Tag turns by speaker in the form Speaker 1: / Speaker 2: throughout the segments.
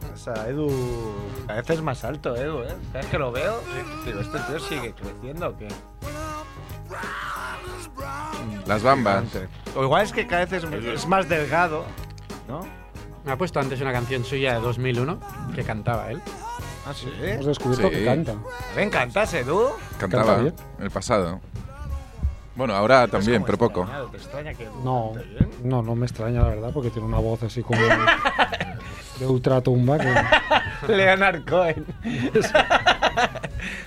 Speaker 1: pasa, Edu? A veces es más alto, Edu, ¿eh? ¿Sabes que lo veo? Pero este tío sigue creciendo, ¿o qué?
Speaker 2: Las bambas.
Speaker 1: O igual es que cada vez es, es más delgado, ¿no?
Speaker 3: Me ha puesto antes una canción suya de 2001 que cantaba él.
Speaker 1: Ah, sí.
Speaker 4: Hemos descubierto
Speaker 2: Sí.
Speaker 4: que canta.
Speaker 1: Me encantas, Edu.
Speaker 2: Cantaba
Speaker 4: bien.
Speaker 2: en el pasado. Bueno, ahora también, pero poco.
Speaker 1: Te extraña que
Speaker 4: No, no, no me extraña, la verdad, porque tiene una voz así como de ultratumba. Que...
Speaker 1: Leonard Cohen.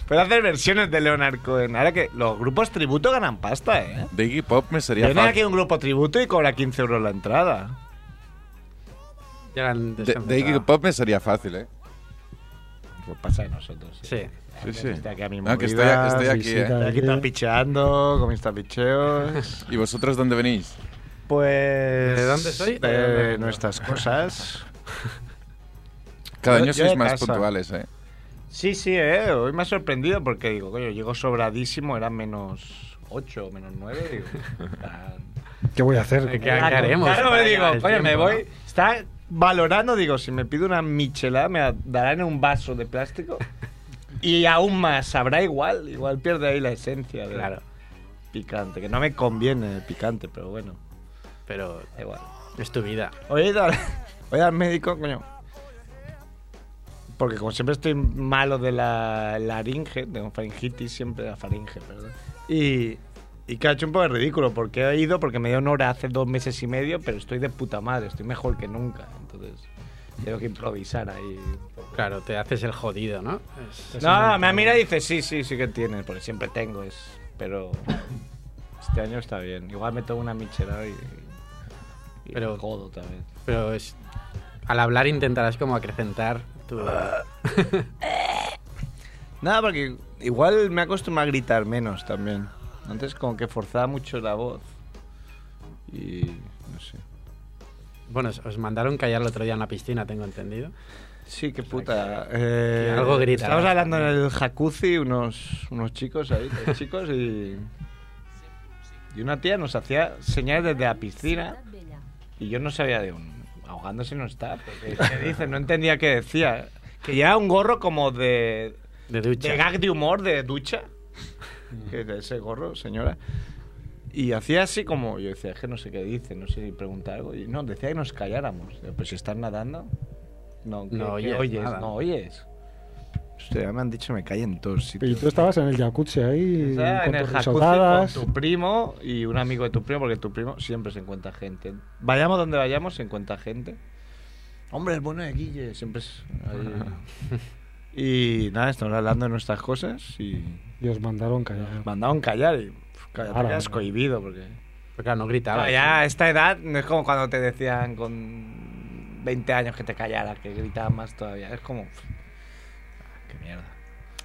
Speaker 1: Puedo hacer versiones de Leonard Cohen. Ahora que los grupos tributo ganan pasta, ¿eh?
Speaker 2: De Iggy Pop me sería
Speaker 1: Viene
Speaker 2: fácil.
Speaker 1: aquí un grupo tributo y cobra 15 euros la entrada.
Speaker 3: Ya eran
Speaker 2: De, de Iggy
Speaker 3: desconcentrados.
Speaker 2: Pop me sería fácil, ¿eh?
Speaker 1: Pues pasa de nosotros.
Speaker 3: Sí.
Speaker 2: Sí, sí.
Speaker 1: Está aquí a mi
Speaker 2: No, Ah, que estoy,
Speaker 1: movida,
Speaker 2: estoy aquí,
Speaker 4: sí,
Speaker 2: ¿eh?
Speaker 4: claro.
Speaker 1: Aquí está picheando con mis tapicheos.
Speaker 2: ¿Y vosotros dónde venís?
Speaker 1: Pues.
Speaker 3: ¿De dónde soy?
Speaker 1: De,
Speaker 3: ¿De dónde vengo?
Speaker 1: nuestras cosas.
Speaker 2: Cada
Speaker 1: Yo-
Speaker 2: año
Speaker 1: yo
Speaker 2: sois
Speaker 1: de
Speaker 2: más
Speaker 1: casa.
Speaker 2: puntuales, ¿eh?
Speaker 1: Sí, sí, eh. Hoy me ha sorprendido porque digo, coño, llego sobradísimo, eran menos 8 o menos 9. Digo, está-
Speaker 4: ¿Qué voy a hacer?
Speaker 3: ¿Qué, qué
Speaker 1: Ah,
Speaker 3: haremos?
Speaker 1: Claro, me
Speaker 3: para
Speaker 1: digo,
Speaker 3: llegar al
Speaker 1: oye, me
Speaker 3: tiempo,
Speaker 1: voy. Está valorando, digo, si me pido una michelada, me la darán en un vaso de plástico. Y aún más, sabrá igual. Igual pierde ahí la esencia de
Speaker 3: Claro.
Speaker 1: picante. Que no me conviene el picante, pero bueno,
Speaker 3: ¿no? Pero
Speaker 1: da igual.
Speaker 3: es tu vida.
Speaker 1: Hoy he ido al, hoy al médico, coño. Porque como siempre estoy malo de la laringe, tengo faringitis siempre, la faringe, perdón. Y, y que ha hecho un poco de ridículo, porque he ido porque me dio una hora hace dos meses y medio, pero estoy de puta madre, estoy mejor que nunca. Entonces, tengo que improvisar ahí. un poco.
Speaker 3: Claro, te haces el jodido, ¿no? Es- es
Speaker 1: No,
Speaker 3: un-
Speaker 1: me mira y dice, sí, sí, sí que tienes, porque siempre tengo, es, pero este año está bien. Igual me tomo una michelada y, y
Speaker 3: Pero-
Speaker 1: jodo también.
Speaker 3: Pero es, al hablar intentarás como acrecentar tu...
Speaker 1: Nada, porque igual me acostumbro a gritar menos también. Antes como que forzaba mucho la voz. Y no sé.
Speaker 3: Bueno, os, os mandaron callar el otro día en la piscina, tengo entendido.
Speaker 1: Sí, qué puta. Eh,
Speaker 3: que algo gritarás.
Speaker 1: Estábamos hablando en el jacuzzi, unos, unos chicos ahí, tres chicos, y, y una tía nos hacía señales desde la piscina y yo no sabía de un... Ahogándose no está, porque ¿qué dice? No entendía qué decía. Que llevaba un gorro como de...
Speaker 3: De ducha.
Speaker 1: de gag de humor de ducha. Que dice, ese gorro, señora. Y hacía así como, yo decía, es que no sé qué dice, no sé si pregunta algo. Y no, decía que nos calláramos. Digo, Pero si estás nadando, no, ¿qué- qué
Speaker 3: No oyes nada.
Speaker 1: no oyes. Hostia, ya me han dicho me callen todos. sitios.
Speaker 4: Y tú estabas en el jacuzzi ahí,
Speaker 1: O sea, en
Speaker 4: con
Speaker 1: el
Speaker 4: tus
Speaker 1: jacuzzi con
Speaker 4: risotadas.
Speaker 1: tu primo y un amigo de tu primo, porque tu primo siempre se encuentra gente. Vayamos donde vayamos, se encuentra gente. Hombre, el bueno de Guille, siempre es... ahí. y nada, estamos hablando de nuestras cosas y...
Speaker 4: Y os mandaron callar.
Speaker 1: mandaron callar y pf, cállate,
Speaker 4: Ahora,
Speaker 1: que has
Speaker 4: ¿no?
Speaker 1: cohibido porque
Speaker 3: Pero claro, no gritaba.
Speaker 1: Claro, ya a esta edad no es como cuando te decían con 20 años que te callaras que gritaban más todavía es como pf, ah, qué mierda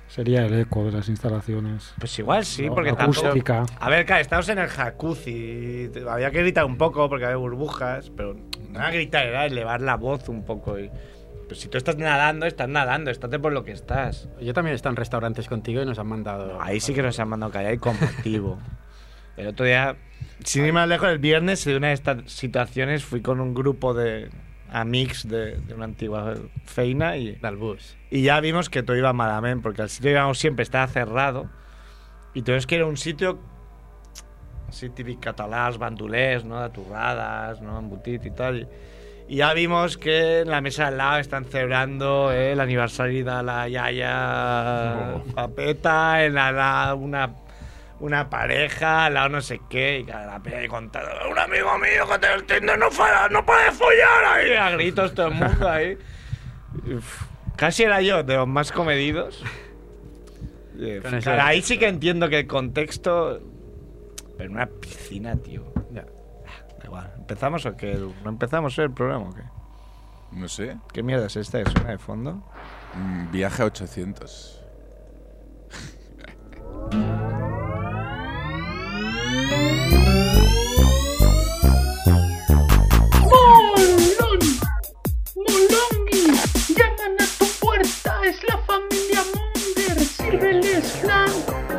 Speaker 4: Sería el eco de las instalaciones.
Speaker 1: pues igual sí
Speaker 4: No,
Speaker 1: porque tampoco
Speaker 4: acústica.
Speaker 1: a ver claro estamos en el jacuzzi te- había que gritar un poco porque había burbujas pero no era gritar era elevar la voz un poco y pues si tú estás nadando estás nadando estate por lo que estás
Speaker 3: Yo también he estado en restaurantes contigo y nos han mandado...
Speaker 1: Ahí sí que nos han mandado callar y con motivo. El otro día, sin ir más lejos, el viernes, de una de estas situaciones, fui con un grupo de amigos de, de una antigua feina y,
Speaker 3: Del bus.
Speaker 1: y ya vimos que todo iba malamente, porque el sitio que íbamos siempre estaba cerrado y tuvimos que ir a un sitio así típico catalás, bandulés, ¿no? de Aturradas, ¿no? Embutit y tal. Y, y ya vimos que en la mesa de al lado están celebrando eh, el aniversario de la yaya papeta, en la, la- una, una pareja, al lado no sé qué, y claro, la pena de contar, un amigo mío que te entiende no, fa- no puede follar ahí, a gritos todo el mundo ahí. Uf, casi era yo de los más comedidos. Eh,
Speaker 3: Con ese-
Speaker 1: claro, ahí sí que entiendo que el contexto. Pero en una piscina, tío.
Speaker 3: Ya.
Speaker 1: Da igual. ¿Empezamos o qué? Edu? ¿No empezamos el programa o qué?
Speaker 2: No sé.
Speaker 1: ¿Qué mierda es esta? ¿Es una de fondo?
Speaker 2: Mm, Viaje a 800.
Speaker 5: ¡Molón! ¡Molongi! Llaman a tu puerta, es la familia Munger. Sírveles flan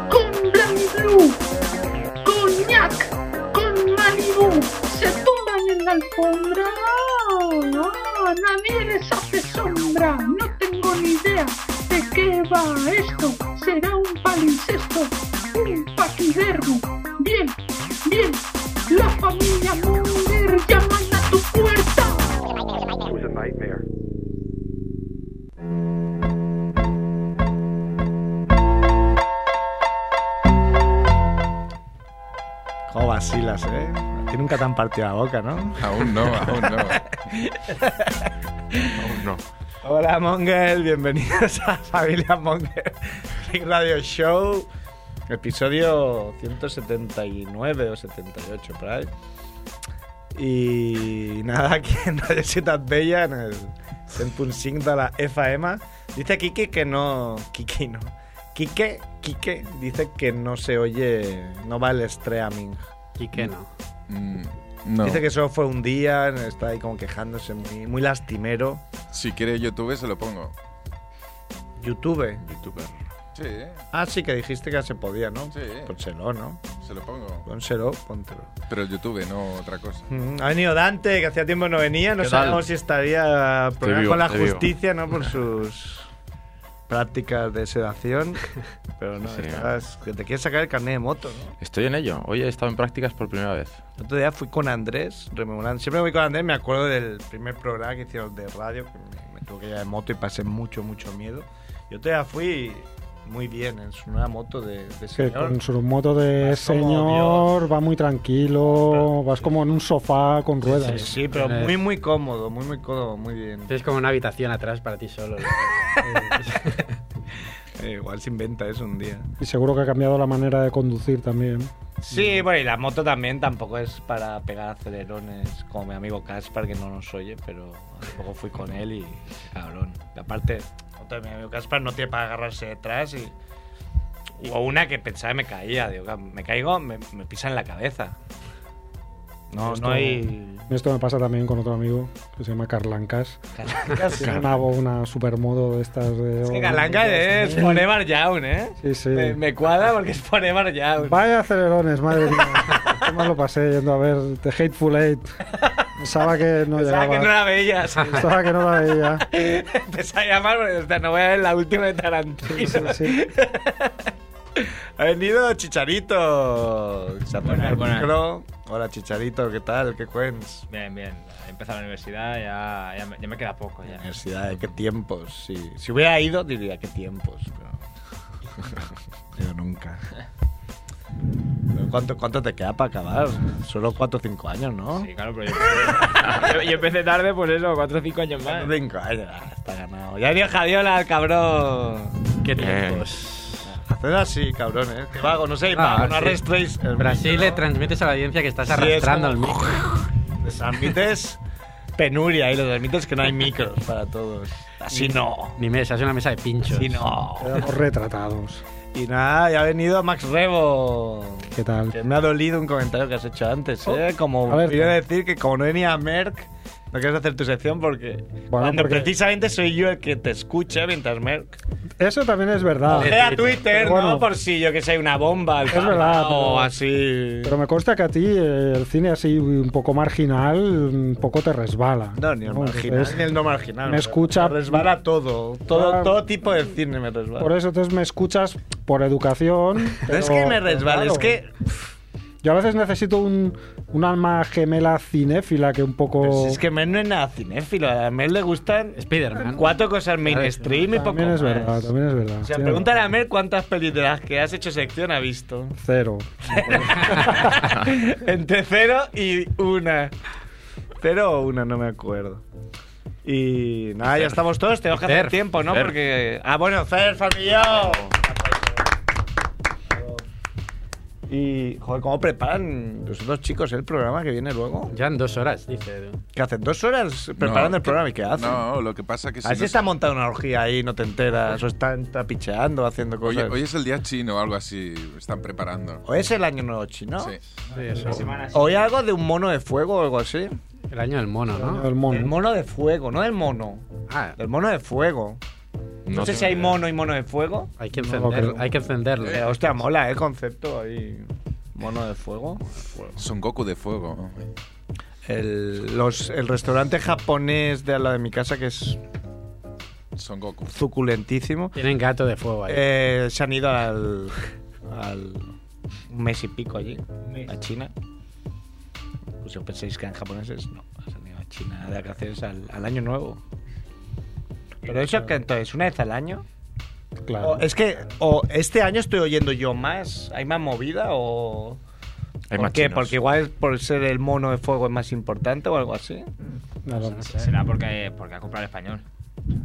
Speaker 5: con Blanc Blue, coñac, con Malibu. Se tumban en la alfombra. ¡Ah! nadie les hace sombra. qué va esto? Será un palincesto, un paquidermo. Bien, bien, la familia Munger llaman a tu puerta.
Speaker 1: ¿Cómo vacilas, eh? A ti nunca te han partido la boca, ¿no?
Speaker 2: Aún no, aún no. aún no.
Speaker 1: Hola, Mongel. Bienvenidos a Familia Mongel Big Radio Show. Episodio 179 o 78, por ahí. Y nada, aquí en Radio Ciudad Bella, en el 100.5 de la FM. Dice Kike que no... Kiki no. Kike, Kike dice que no se oye... No va el streaming.
Speaker 3: Y que no.
Speaker 2: Mm, no.
Speaker 1: Dice que solo fue un día, está ahí como quejándose, muy, muy lastimero.
Speaker 2: Si quiere YouTube se lo pongo.
Speaker 1: YouTube.
Speaker 2: YouTuber. Sí, eh,
Speaker 1: Ah, sí, que dijiste que se podía, ¿no?
Speaker 2: Sí.
Speaker 1: Pónselo, ¿no?
Speaker 2: se lo pongo.
Speaker 1: Pónselo, póntelo.
Speaker 2: Pero el YouTube, no otra cosa.
Speaker 1: Mm, Ha venido Dante, que hacía tiempo no venía. No
Speaker 6: ¿Qué tal?
Speaker 1: sabemos si estaría problemas
Speaker 6: vivo,
Speaker 1: con la
Speaker 6: estoy vivo.
Speaker 1: justicia, ¿no? Por sus prácticas de sedación. Pero no,
Speaker 6: Sí.
Speaker 1: estás- que te quieres sacar el carnet de moto, ¿no?
Speaker 6: Estoy en ello. Hoy he estado en prácticas por primera vez.
Speaker 1: El otro día fui con Andrés, rememorando. Siempre voy con Andrés, me acuerdo del primer programa que hicieron de radio, que me, me tuve que ir de moto y pasé mucho, mucho miedo. Yo otro día fui muy bien, en su- una moto de, de
Speaker 4: Que
Speaker 1: señor.
Speaker 4: con su moto de
Speaker 1: Vas como
Speaker 4: señor va muy tranquilo, vas como en un sofá con
Speaker 1: Sí,
Speaker 4: ruedas.
Speaker 1: sí, pero muy, muy cómodo, muy, muy cómodo, muy bien.
Speaker 3: Es como una habitación atrás para ti solo.
Speaker 1: Eh, igual se inventa eso un día.
Speaker 4: Y seguro que ha cambiado la manera de conducir también.
Speaker 1: Sí, bueno, y la moto también tampoco es para pegar acelerones como mi amigo Caspar, que no nos oye, pero hace poco fui con él y cabrón. Y aparte, otra de mi amigo Caspar no tiene para agarrarse detrás y. Hubo una que pensaba que me caía, digo, me caigo, me, me pisa en la cabeza. No, no hay.
Speaker 4: Esto me pasa también con otro amigo que se llama Carlancas. Tiene una, una supermoto de estas de.
Speaker 1: Es que Calanca es Forever Young, ¿eh?
Speaker 4: Sí, sí.
Speaker 1: Me, me cuadra porque es Forever Young.
Speaker 4: Vaya acelerones, madre mía. Qué mal lo pasé yendo a ver The Hateful Eight. Pensaba que no
Speaker 1: Pensaba
Speaker 4: llegaba.
Speaker 1: que no la veías.
Speaker 4: Pensaba que no la veía.
Speaker 1: Empecé a llamar porque esta novela es la última de Tarantino.
Speaker 4: Sí, sí.
Speaker 1: Ha venido Chicharito. Se ha puesto
Speaker 7: Buenas,
Speaker 1: el
Speaker 7: buenas.
Speaker 1: micro. Hola Chicharito, ¿qué tal? ¿Qué cuens?
Speaker 7: Bien, bien. He empezado la universidad, ya, ya, me, ya me queda poco. Ya.
Speaker 1: Universidad, ¿eh? ¿qué tiempos? Sí. Si hubiera ido, diría qué tiempos. Pero... Yo nunca. Pero ¿Cuánto, ¿Cuánto te queda para acabar? Solo 4 o 5 años, ¿no?
Speaker 7: Sí, claro, pero yo, yo- yo empecé tarde, pues eso, cuatro o cinco años más.
Speaker 1: 5 años, ah, está ganado. Ya dio Javiola, cabrón.
Speaker 7: ¿Qué
Speaker 1: Haced así, cabrón, ¿eh? Que vago, no sé, vago, no
Speaker 3: sí.
Speaker 1: arrastréis. el
Speaker 3: Brasil
Speaker 1: micro.
Speaker 3: le transmites a la audiencia que estás
Speaker 1: Sí, es
Speaker 3: arrastrando al
Speaker 1: como-
Speaker 3: micro.
Speaker 1: Transmites penuria y lo transmites que no hay micros para todos. Así no.
Speaker 3: Ni mesa, es una mesa de pinchos.
Speaker 1: Así no.
Speaker 4: Quedamos retratados.
Speaker 1: Y nada, ya ha venido Max Rebo.
Speaker 4: ¿Qué tal?
Speaker 1: Que me ha dolido un comentario que has hecho antes, ¿eh? Como
Speaker 4: Oh. A ver,
Speaker 1: quiero
Speaker 4: ¿qué?
Speaker 1: decir que como no venía Merck, no quieres hacer tu sección porque cuando
Speaker 4: porque-
Speaker 1: precisamente soy yo el que te escucha mientras Merck.
Speaker 4: Eso también es verdad.
Speaker 1: Ve a Twitter,
Speaker 4: Ah. Pero bueno.
Speaker 1: ¿no? Por si yo que sé, una bomba, al
Speaker 4: Es
Speaker 1: Papa
Speaker 4: verdad,
Speaker 1: o
Speaker 4: pero-
Speaker 1: así.
Speaker 4: Pero me consta que a ti eh, el cine así un poco marginal, un poco te resbala.
Speaker 1: No, ni el marginal,
Speaker 4: Entonces,
Speaker 1: ni el no marginal.
Speaker 4: me escucha-
Speaker 1: Me resbala todo. Todo,
Speaker 4: Ah.
Speaker 1: todo tipo de cine me resbala.
Speaker 4: Por eso entonces me escuchas por educación.
Speaker 1: no es
Speaker 4: pero-
Speaker 1: que me
Speaker 4: pero
Speaker 1: resbala,
Speaker 4: claro,
Speaker 1: es que.
Speaker 4: Yo a veces necesito un, un alma gemela cinéfila que un
Speaker 1: pero
Speaker 4: poco.
Speaker 1: si es que Mer no es nada cinéfilo. A Mer le gustan
Speaker 3: Spider-Man.
Speaker 1: cuatro cosas mainstream y poco
Speaker 4: también es
Speaker 1: más.
Speaker 4: verdad, también es verdad.
Speaker 1: O sea,
Speaker 4: Tienes
Speaker 1: pregúntale a
Speaker 4: razón.
Speaker 1: Mer cuántas pelis de las que has hecho sección ha visto.
Speaker 4: Cero.
Speaker 1: Entre cero y una. Cero o una, no me acuerdo. Y nada, ya estamos todos. Tenemos que hacer
Speaker 3: Cerf,
Speaker 1: tiempo, ¿no?
Speaker 6: Cerf.
Speaker 1: Porque. Ah, bueno, Fer, familia. Y, joder, ¿cómo preparan los dos chicos el programa que viene luego?
Speaker 3: Ya en dos horas, dice.
Speaker 1: ¿Qué hacen? ¿Dos horas preparando
Speaker 2: No,
Speaker 1: el programa y qué hacen?
Speaker 2: No, lo que pasa que si
Speaker 1: A ver si
Speaker 2: no-
Speaker 1: está montada una orgía ahí, no te enteras, o están tapicheando, haciendo
Speaker 2: hoy,
Speaker 1: cosas.
Speaker 2: hoy es el día chino o algo así. Están preparando.
Speaker 1: ¿O es el año nuevo chino?
Speaker 2: Sí.
Speaker 1: ¿O hay algo de un mono de fuego o algo así?
Speaker 3: El año del mono, ¿no?
Speaker 4: El mono.
Speaker 1: Ah, El mono de fuego, no el mono.
Speaker 3: Ah,
Speaker 1: El mono de fuego. No, sé si hay mono y mono de fuego.
Speaker 3: hay que
Speaker 4: No,
Speaker 3: encenderlo.
Speaker 4: pero-
Speaker 3: Hay que encenderlo.
Speaker 1: Eh, hostia, mola, ¿eh? Concepto ahí. Mono de fuego.
Speaker 2: Son Goku de fuego.
Speaker 1: El, los- el restaurante japonés de al lado de mi casa, que es
Speaker 2: Son Goku.
Speaker 1: suculentísimo.
Speaker 3: Tienen gato de fuego ahí.
Speaker 1: Eh, se han ido al, al un mes y pico allí, a China. Pues si os pensáis que eran japoneses, no, se han ido a China de vacaciones al, al año nuevo. Pero eso que entonces, una vez al año.
Speaker 4: Claro.
Speaker 1: O es que o este año estoy oyendo yo más, hay más movida o...
Speaker 6: Hay
Speaker 1: ¿Por
Speaker 6: más
Speaker 1: qué?
Speaker 6: chinos.
Speaker 1: Porque igual es por ser el mono de fuego es más importante o algo así.
Speaker 4: No, no, no.
Speaker 7: Será porque, porque ha comprado el español.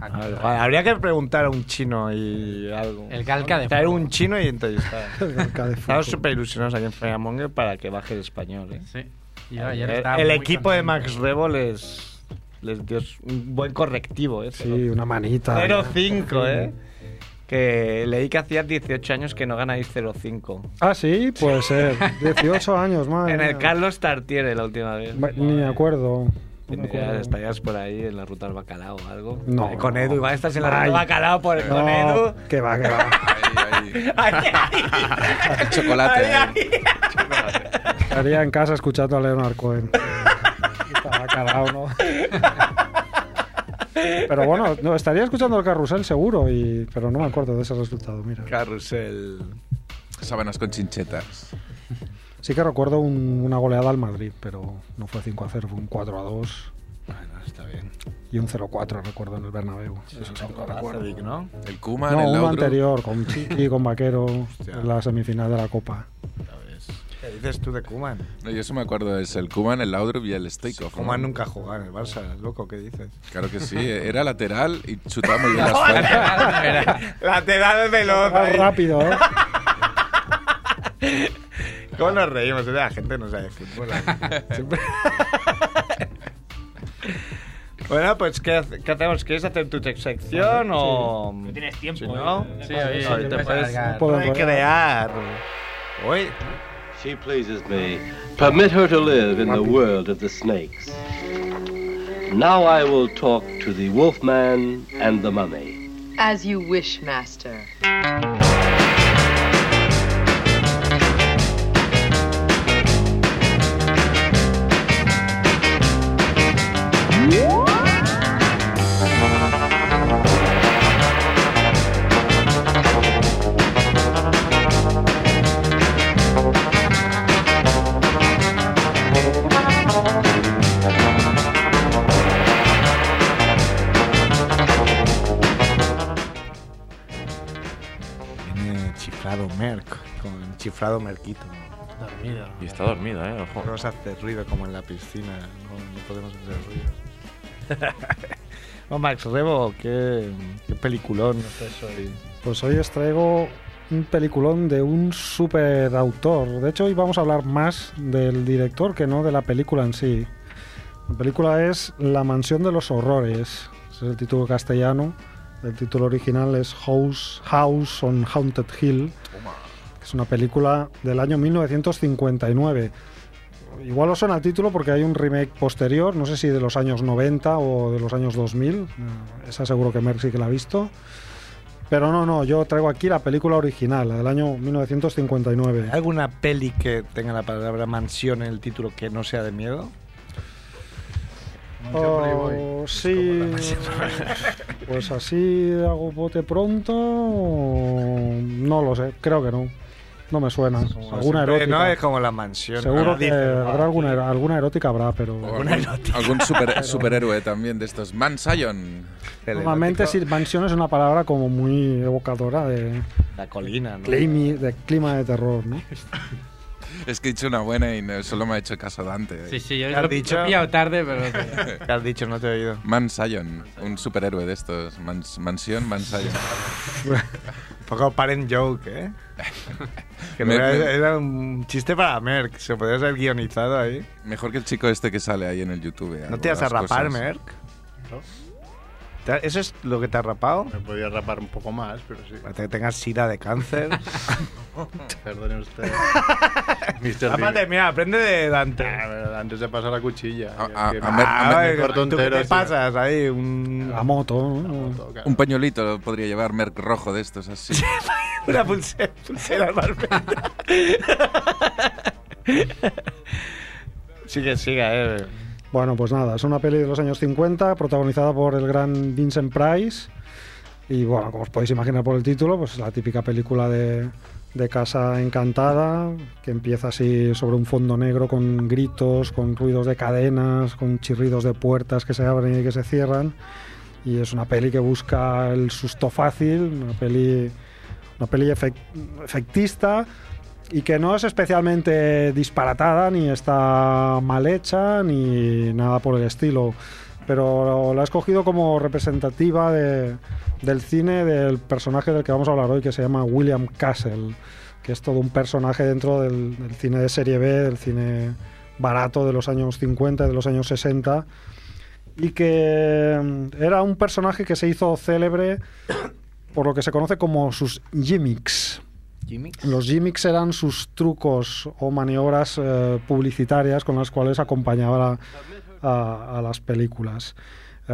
Speaker 1: Ah, igual, Habría que preguntar a un chino y algo.
Speaker 3: El calca de
Speaker 1: Traer
Speaker 3: fuego.
Speaker 1: un chino y entrevistar.
Speaker 4: Cerca de
Speaker 1: Estamos
Speaker 4: fútbol.
Speaker 1: súper ilusionados aquí en Freyamonger para que baje el español. ¿eh?
Speaker 3: Sí. Yo ayer
Speaker 1: El,
Speaker 3: estaba
Speaker 1: eh, el
Speaker 3: muy
Speaker 1: equipo de
Speaker 3: contento.
Speaker 1: Max Rebo les, les dio un buen correctivo. ¿eh?
Speaker 4: Sí, una manita.
Speaker 1: 0-5, ¿eh? Que leí que hacía 18 años que no ganáis 0-5.
Speaker 4: Ah, sí, puede ser. 18 años, más.
Speaker 1: En el Carlos Tartiere la última vez.
Speaker 4: Ni me acuerdo. No me
Speaker 1: Tendrías-
Speaker 4: acuerdo.
Speaker 1: Estarías por ahí en la ruta del bacalao o algo.
Speaker 4: No,
Speaker 1: Eh, Con
Speaker 4: no.
Speaker 1: Edu, igual estás en la ruta
Speaker 4: Ay.
Speaker 1: del bacalao por, con Edu.
Speaker 4: No, que va, que va.
Speaker 2: Ahí, ahí.
Speaker 1: Ay, ay.
Speaker 2: Chocolate. ¿eh?
Speaker 1: Ay, ay.
Speaker 4: Estaría en casa escuchando a Leonard Cohen. Estaba calado, ¿no? Pero bueno, no, estaría escuchando el carrusel seguro, y, pero no me acuerdo de ese resultado, mira.
Speaker 1: Carrusel.
Speaker 2: Sábanas con chinchetas.
Speaker 4: Sí que recuerdo un- una goleada al Madrid, pero no fue 5 a 0, fue un 4 a 2
Speaker 1: Bueno, está bien.
Speaker 4: y un 0 a 4, recuerdo, en el Bernabéu. Eso sí que lo recuerdo.
Speaker 1: Vic, ¿no?
Speaker 2: El Kuma,
Speaker 4: No,
Speaker 2: el
Speaker 4: uno
Speaker 2: Laudrup.
Speaker 4: anterior, con Chiqui, con Vaquero, en la semifinal de la Copa.
Speaker 1: ¿Qué dices tú de Kuman?
Speaker 2: No, yo eso me acuerdo. Es el Kuman, el Laudrup y el Stoikov. ¿no?
Speaker 1: Kuman nunca jugado en el Barça, loco, ¿qué dices?
Speaker 2: Claro que sí. Era lateral y chutaba muy bien las fuerzas.
Speaker 1: Lateral veloz.
Speaker 4: Ah, rápido, ¿eh?
Speaker 1: ¿Cómo nos reímos? La gente no sabe fútbol. Siempre- bueno, pues ¿qué, hace- qué hacemos? ¿Quieres hacer tu sección o...?
Speaker 7: No tienes tiempo.
Speaker 1: Si no,
Speaker 7: ¿eh?
Speaker 3: Sí, oye,
Speaker 1: Hoy
Speaker 3: sí,
Speaker 1: te
Speaker 3: puedes
Speaker 1: puedes
Speaker 3: alargar.
Speaker 4: Puedo
Speaker 1: crear. Hoy...
Speaker 8: She pleases me. Permit her to live in the world of the snakes. Now I will talk to the wolfman and the mummy.
Speaker 9: As you wish, master.
Speaker 1: Viene chiflado Merck, con chiflado Merquito.
Speaker 3: Dormido.
Speaker 6: Y está dormido, ¿eh? Ojo.
Speaker 1: Vamos a hacer ruido como en la piscina, no, no podemos hacer ruido. oh, Max Rebo, qué, qué peliculón.
Speaker 4: Pues hoy os traigo un peliculón de un superautor. De hecho, hoy vamos a hablar más del director que no de la película en sí. La película es La Mansión de los Horrores. Ese es el título castellano. El título original es House, House on Haunted Hill. Que es una película del año 1959. Igual os suena el título porque hay un remake posterior, no sé si de los años 90 o de los años 2000. Eh, Esa seguro que Merck sí que la ha visto. Pero no, no, yo traigo aquí la película original, la del año 1959.
Speaker 1: ¿Hay alguna peli que tenga la palabra mansión en el título que no sea de miedo?
Speaker 4: Oh, sí. Pues así hago bote pronto. o- No lo sé, creo que no. No me suena. Alguna
Speaker 1: Siempre,
Speaker 4: erótica.
Speaker 1: No, es como la mansión.
Speaker 4: Seguro
Speaker 1: Ah,
Speaker 4: que
Speaker 1: dice,
Speaker 4: habrá
Speaker 1: ah,
Speaker 4: alguna, ero- alguna erótica, habrá, pero.
Speaker 2: O algún, algún super- superhéroe también de estos. Man Sion.
Speaker 1: el
Speaker 4: Normalmente
Speaker 1: erótico.
Speaker 4: sí, mansión es una palabra como muy evocadora de,
Speaker 1: La colina, ¿no?
Speaker 4: climi- de clima de terror, ¿no?
Speaker 2: Es que he dicho una buena y no- solo me ha hecho caso Dante.
Speaker 3: Sí, sí, yo
Speaker 1: ¿Qué has
Speaker 3: lo, lo
Speaker 1: dicho?
Speaker 3: he pillado tarde, pero...
Speaker 1: ¿Qué has dicho? No te he oído.
Speaker 2: Man Sion, un superhéroe de estos. Mans- mansión, Man Sion.
Speaker 1: Un poco parent joke, ¿eh? Que
Speaker 2: Me-
Speaker 1: era,
Speaker 2: me-
Speaker 1: era un chiste para Merck. Se podría ser guionizado ahí.
Speaker 2: Mejor que el chico este que sale ahí en el YouTube.
Speaker 1: ¿No te vas a
Speaker 2: algunas
Speaker 1: rapar,
Speaker 2: cosas.
Speaker 1: Merck? ¿Te- ¿Eso es lo que te has rapado?
Speaker 10: Me podía rapar un poco más, pero sí.
Speaker 1: Para que tengas sida de cáncer.
Speaker 10: Perdone usted. Mister
Speaker 1: Rápate,
Speaker 10: River.
Speaker 1: mira, aprende de Dante.
Speaker 10: Ah, pero Antes de pasar la cuchilla.
Speaker 2: A-
Speaker 10: que-
Speaker 2: a-
Speaker 10: que-
Speaker 2: a Mer-
Speaker 1: Ah,
Speaker 10: me-
Speaker 1: oye,
Speaker 10: por
Speaker 1: ¿tú
Speaker 10: tontero,
Speaker 1: ¿Qué te
Speaker 10: sí.
Speaker 1: pasas ahí? Un-
Speaker 4: La moto, ¿no?
Speaker 10: Claro.
Speaker 2: Un pañuelito podría llevar Merck rojo de estos así.
Speaker 1: Una pulsera, pulsera barbera. Sigue, siga,
Speaker 11: Ah,
Speaker 1: eh.
Speaker 4: Bueno, pues nada, es una peli de los años 50 protagonizada por el gran Vincent Price Y bueno, como os podéis imaginar por el título, pues es la típica película de, de casa encantada, que empieza así sobre un fondo negro con gritos, con ruidos de cadenas, con chirridos de puertas que se abren y que se cierran. Y es una peli que busca el susto fácil, una peli, una peli efec- efectista y que no es especialmente disparatada, ni está mal hecha, ni nada por el estilo. Pero la he escogido como representativa de- del cine del personaje del que vamos a hablar hoy, que se llama William Castle, que es todo un personaje dentro del, del cine de serie B, del cine barato de los años 50, de los años 60, y que mm, era un personaje que se hizo célebre por lo que se conoce como sus gimmicks. Los gimmicks eran sus trucos o maniobras eh, publicitarias con las cuales acompañaba la- a, a las películas.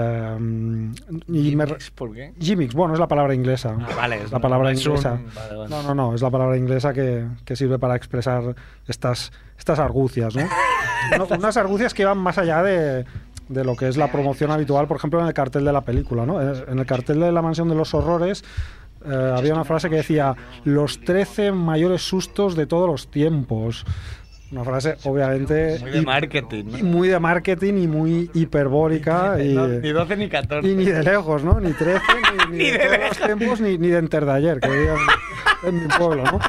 Speaker 4: Em, y me re-
Speaker 1: ¿Por qué?
Speaker 4: gimmicks, bueno, es la palabra inglesa.
Speaker 1: Ah, vale, es
Speaker 4: la
Speaker 1: una-
Speaker 4: palabra
Speaker 1: es un-
Speaker 4: inglesa.
Speaker 1: vale, vale.
Speaker 4: No, no, no, es la palabra inglesa que, que sirve para expresar estas, estas argucias, ¿no? No, Unas argucias que van más allá de, de lo que es la promoción habitual, por ejemplo, en el cartel de la película, ¿no? Es- En el cartel de La Mansión de los Horrores eh, había una frase que decía los 13 mayores sustos de todos los tiempos. Una frase, obviamente,
Speaker 1: Muy de
Speaker 4: hi-
Speaker 1: marketing, ¿no?
Speaker 4: muy de marketing y muy hiperbólica. y, eh,
Speaker 1: No, ni 12 ni 14.
Speaker 4: y ni de lejos, ¿no? Ni 13, ni, ni de, todos los tiempos, ni, ni de enter de ayer, que dirían en mi pueblo, ¿no?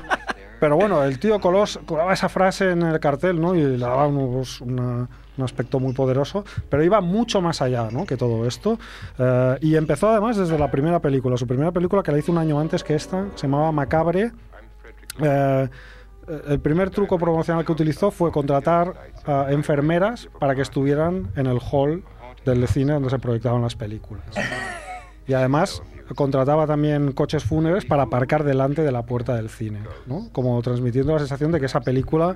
Speaker 4: Pero bueno, el tío Colós colaba esa frase en el cartel, ¿no? Y le daba unos- una- un aspecto muy poderoso, pero iba mucho más allá, ¿no? Que todo esto. Eh, y empezó además desde la primera película, su primera película que la hizo un año antes que esta, se llamaba Macabre. Eh, el primer truco promocional que utilizó fue contratar a enfermeras para que estuvieran en el hall del cine donde se proyectaban las películas. Y además contrataba también coches fúnebres para aparcar delante de la puerta del cine, ¿no? Como transmitiendo la sensación de que esa película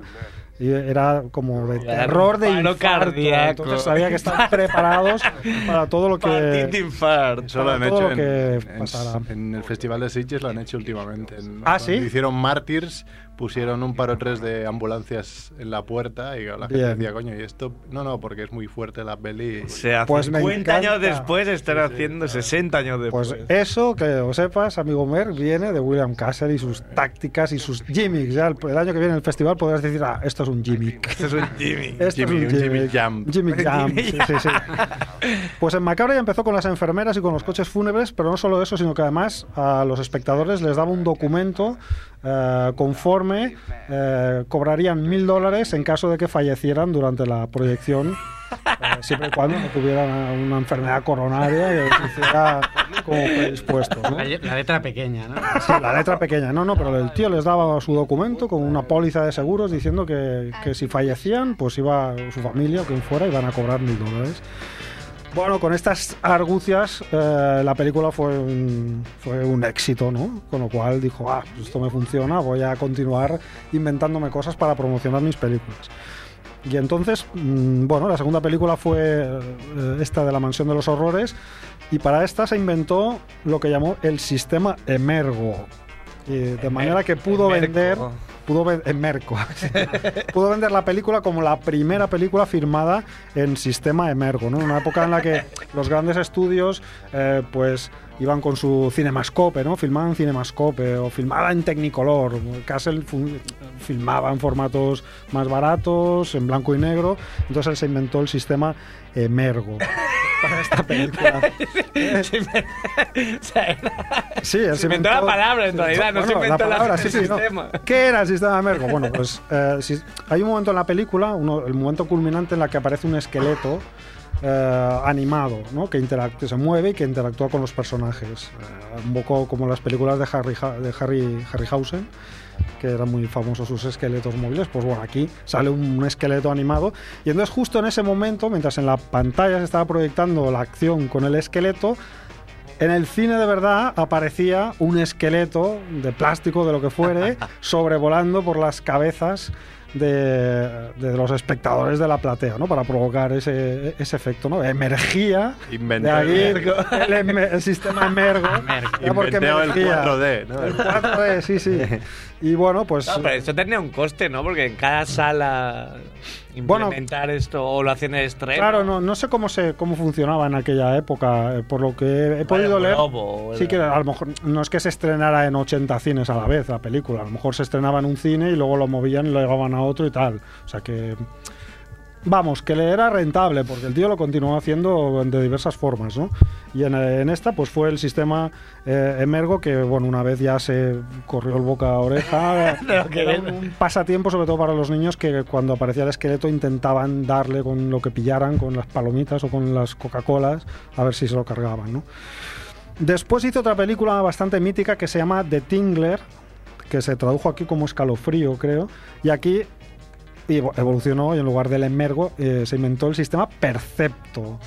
Speaker 4: eh, era como de
Speaker 1: Era un
Speaker 4: terror de
Speaker 1: paro
Speaker 4: infarto.
Speaker 1: cardíaco.
Speaker 4: Entonces sabía que estaban preparados para todo lo
Speaker 1: Partite
Speaker 4: que...
Speaker 1: infart.
Speaker 10: Eso lo han
Speaker 4: Para todo lo
Speaker 10: hecho en,
Speaker 4: que
Speaker 10: en-
Speaker 4: pasará.
Speaker 10: en el Festival de Sitges, lo han hecho últimamente. En-
Speaker 4: ¿Ah,
Speaker 10: cuando
Speaker 4: sí?
Speaker 10: Hicieron Mártires, pusieron un paro tres de ambulancias en la puerta y la gente
Speaker 4: Bien.
Speaker 10: decía, coño, y esto... No, no, porque es muy fuerte la peli. y-
Speaker 1: Se hace
Speaker 4: Pues me
Speaker 1: 50 años
Speaker 4: encanta.
Speaker 1: después están haciendo 60 años después.
Speaker 4: Pues eso, que lo sepas, amigo Mer, viene de William Castle y sus tácticas y sus gimmicks. Ya el, el año que viene en el festival podrás decir, ah, esto es un gimmick.
Speaker 1: Este es un Jimmy.
Speaker 4: Esto
Speaker 10: Jimmy-
Speaker 4: es
Speaker 10: un
Speaker 4: un
Speaker 10: Jimmy
Speaker 4: gimmick.
Speaker 10: Jam.
Speaker 4: Jimmy Jam, sí, sí, sí. Pues en Macabre ya empezó con las enfermeras y con los coches fúnebres, pero no solo eso, sino que además a los espectadores les daba un documento eh, conforme eh, cobrarían mil dólares en caso de que fallecieran durante la proyección, eh, siempre y cuando no tuvieran una enfermedad coronaria que les hiciera como predispuestos. ¿no?
Speaker 3: La, lle- la letra pequeña, ¿no?
Speaker 4: Sí, la letra pequeña. No, no, pero el tío les daba su documento con una póliza de seguros diciendo que, que si fallecían, pues iba su familia o quien fuera, iban a cobrar mil dólares. Bueno, con estas argucias eh, la película fue un, fue un éxito, ¿no? Con lo cual dijo, ah, pues esto me funciona, voy a continuar inventándome cosas para promocionar mis películas. Y entonces, mm, bueno, la segunda película fue eh, esta de la Mansión de los Horrores y para esta se inventó lo que llamó el sistema Emergo. Y de manera que pudo
Speaker 1: Emerco.
Speaker 4: vender... Pudo, ven- Emerco. pudo vender la película como la primera película firmada en sistema Emergo, ¿no? En una época en la que los grandes estudios eh, pues iban con su cinemascope, ¿no? Filmaban en cinemascope o filmaba en Technicolor. Castle fu- filmaba en formatos más baratos, en blanco y negro. Entonces él se inventó el sistema Emergo para esta película.
Speaker 1: o sea, era-
Speaker 4: Sí, él
Speaker 1: Se inventó la palabra, en realidad, no se inventó la- el
Speaker 4: no.
Speaker 1: sistema.
Speaker 4: ¿Qué era el sistema Mergo? Bueno, pues eh, si- hay un momento en la película, uno- el momento culminante en la que aparece un esqueleto eh, animado, ¿no? que, interac- que se mueve y que interactúa con los personajes. Eh, un poco como las películas de Harry, Ha- de Harry Harryhausen, que eran muy famosos sus esqueletos móviles. Pues bueno, aquí sale un, un esqueleto animado. Y entonces justo en ese momento, mientras en la pantalla se estaba proyectando la acción con el esqueleto, en el cine de verdad aparecía un esqueleto de plástico, de lo que fuere, sobrevolando por las cabezas de, de los espectadores de la platea, ¿no? Para provocar ese, ese efecto, ¿no? Emergía. De
Speaker 10: Inventado.
Speaker 4: ahí el, em- el sistema Mergo. Era porque
Speaker 10: Inventado el
Speaker 4: emergía.
Speaker 10: 4D, ¿no?
Speaker 4: El 4D, sí, sí. Y bueno, pues.
Speaker 1: No, pero esto tenía un coste, ¿no? Porque en cada sala
Speaker 4: Bueno.
Speaker 1: implementar esto o lo hacen en estreno.
Speaker 4: eh, Claro, no, no sé cómo se cómo funcionaba en aquella época, eh, por lo que he podido leer.
Speaker 1: globo,
Speaker 4: sí
Speaker 1: era-
Speaker 4: que a lo mejor no es que se estrenara en 80 cines a la vez la película, a lo mejor se estrenaba en un cine y luego lo movían y lo llevaban a otro y tal. O sea que vamos, que le era rentable porque el tío lo continuó haciendo de diversas formas, ¿no? Y en, eh, en esta pues fue el sistema eh, Emergo que bueno, una vez ya se corrió el boca a oreja,
Speaker 1: Pero que
Speaker 4: era
Speaker 1: ven-
Speaker 4: un pasatiempo sobre todo para los niños que cuando aparecía el esqueleto intentaban darle con lo que pillaran, con las palomitas o con las Coca-Colas, a ver si se lo cargaban, ¿no? Después hizo otra película bastante mítica que se llama The Tingler, que se tradujo aquí como escalofrío, creo, y aquí y evo- evolucionó y en lugar del emergo eh, se inventó el sistema Percepto.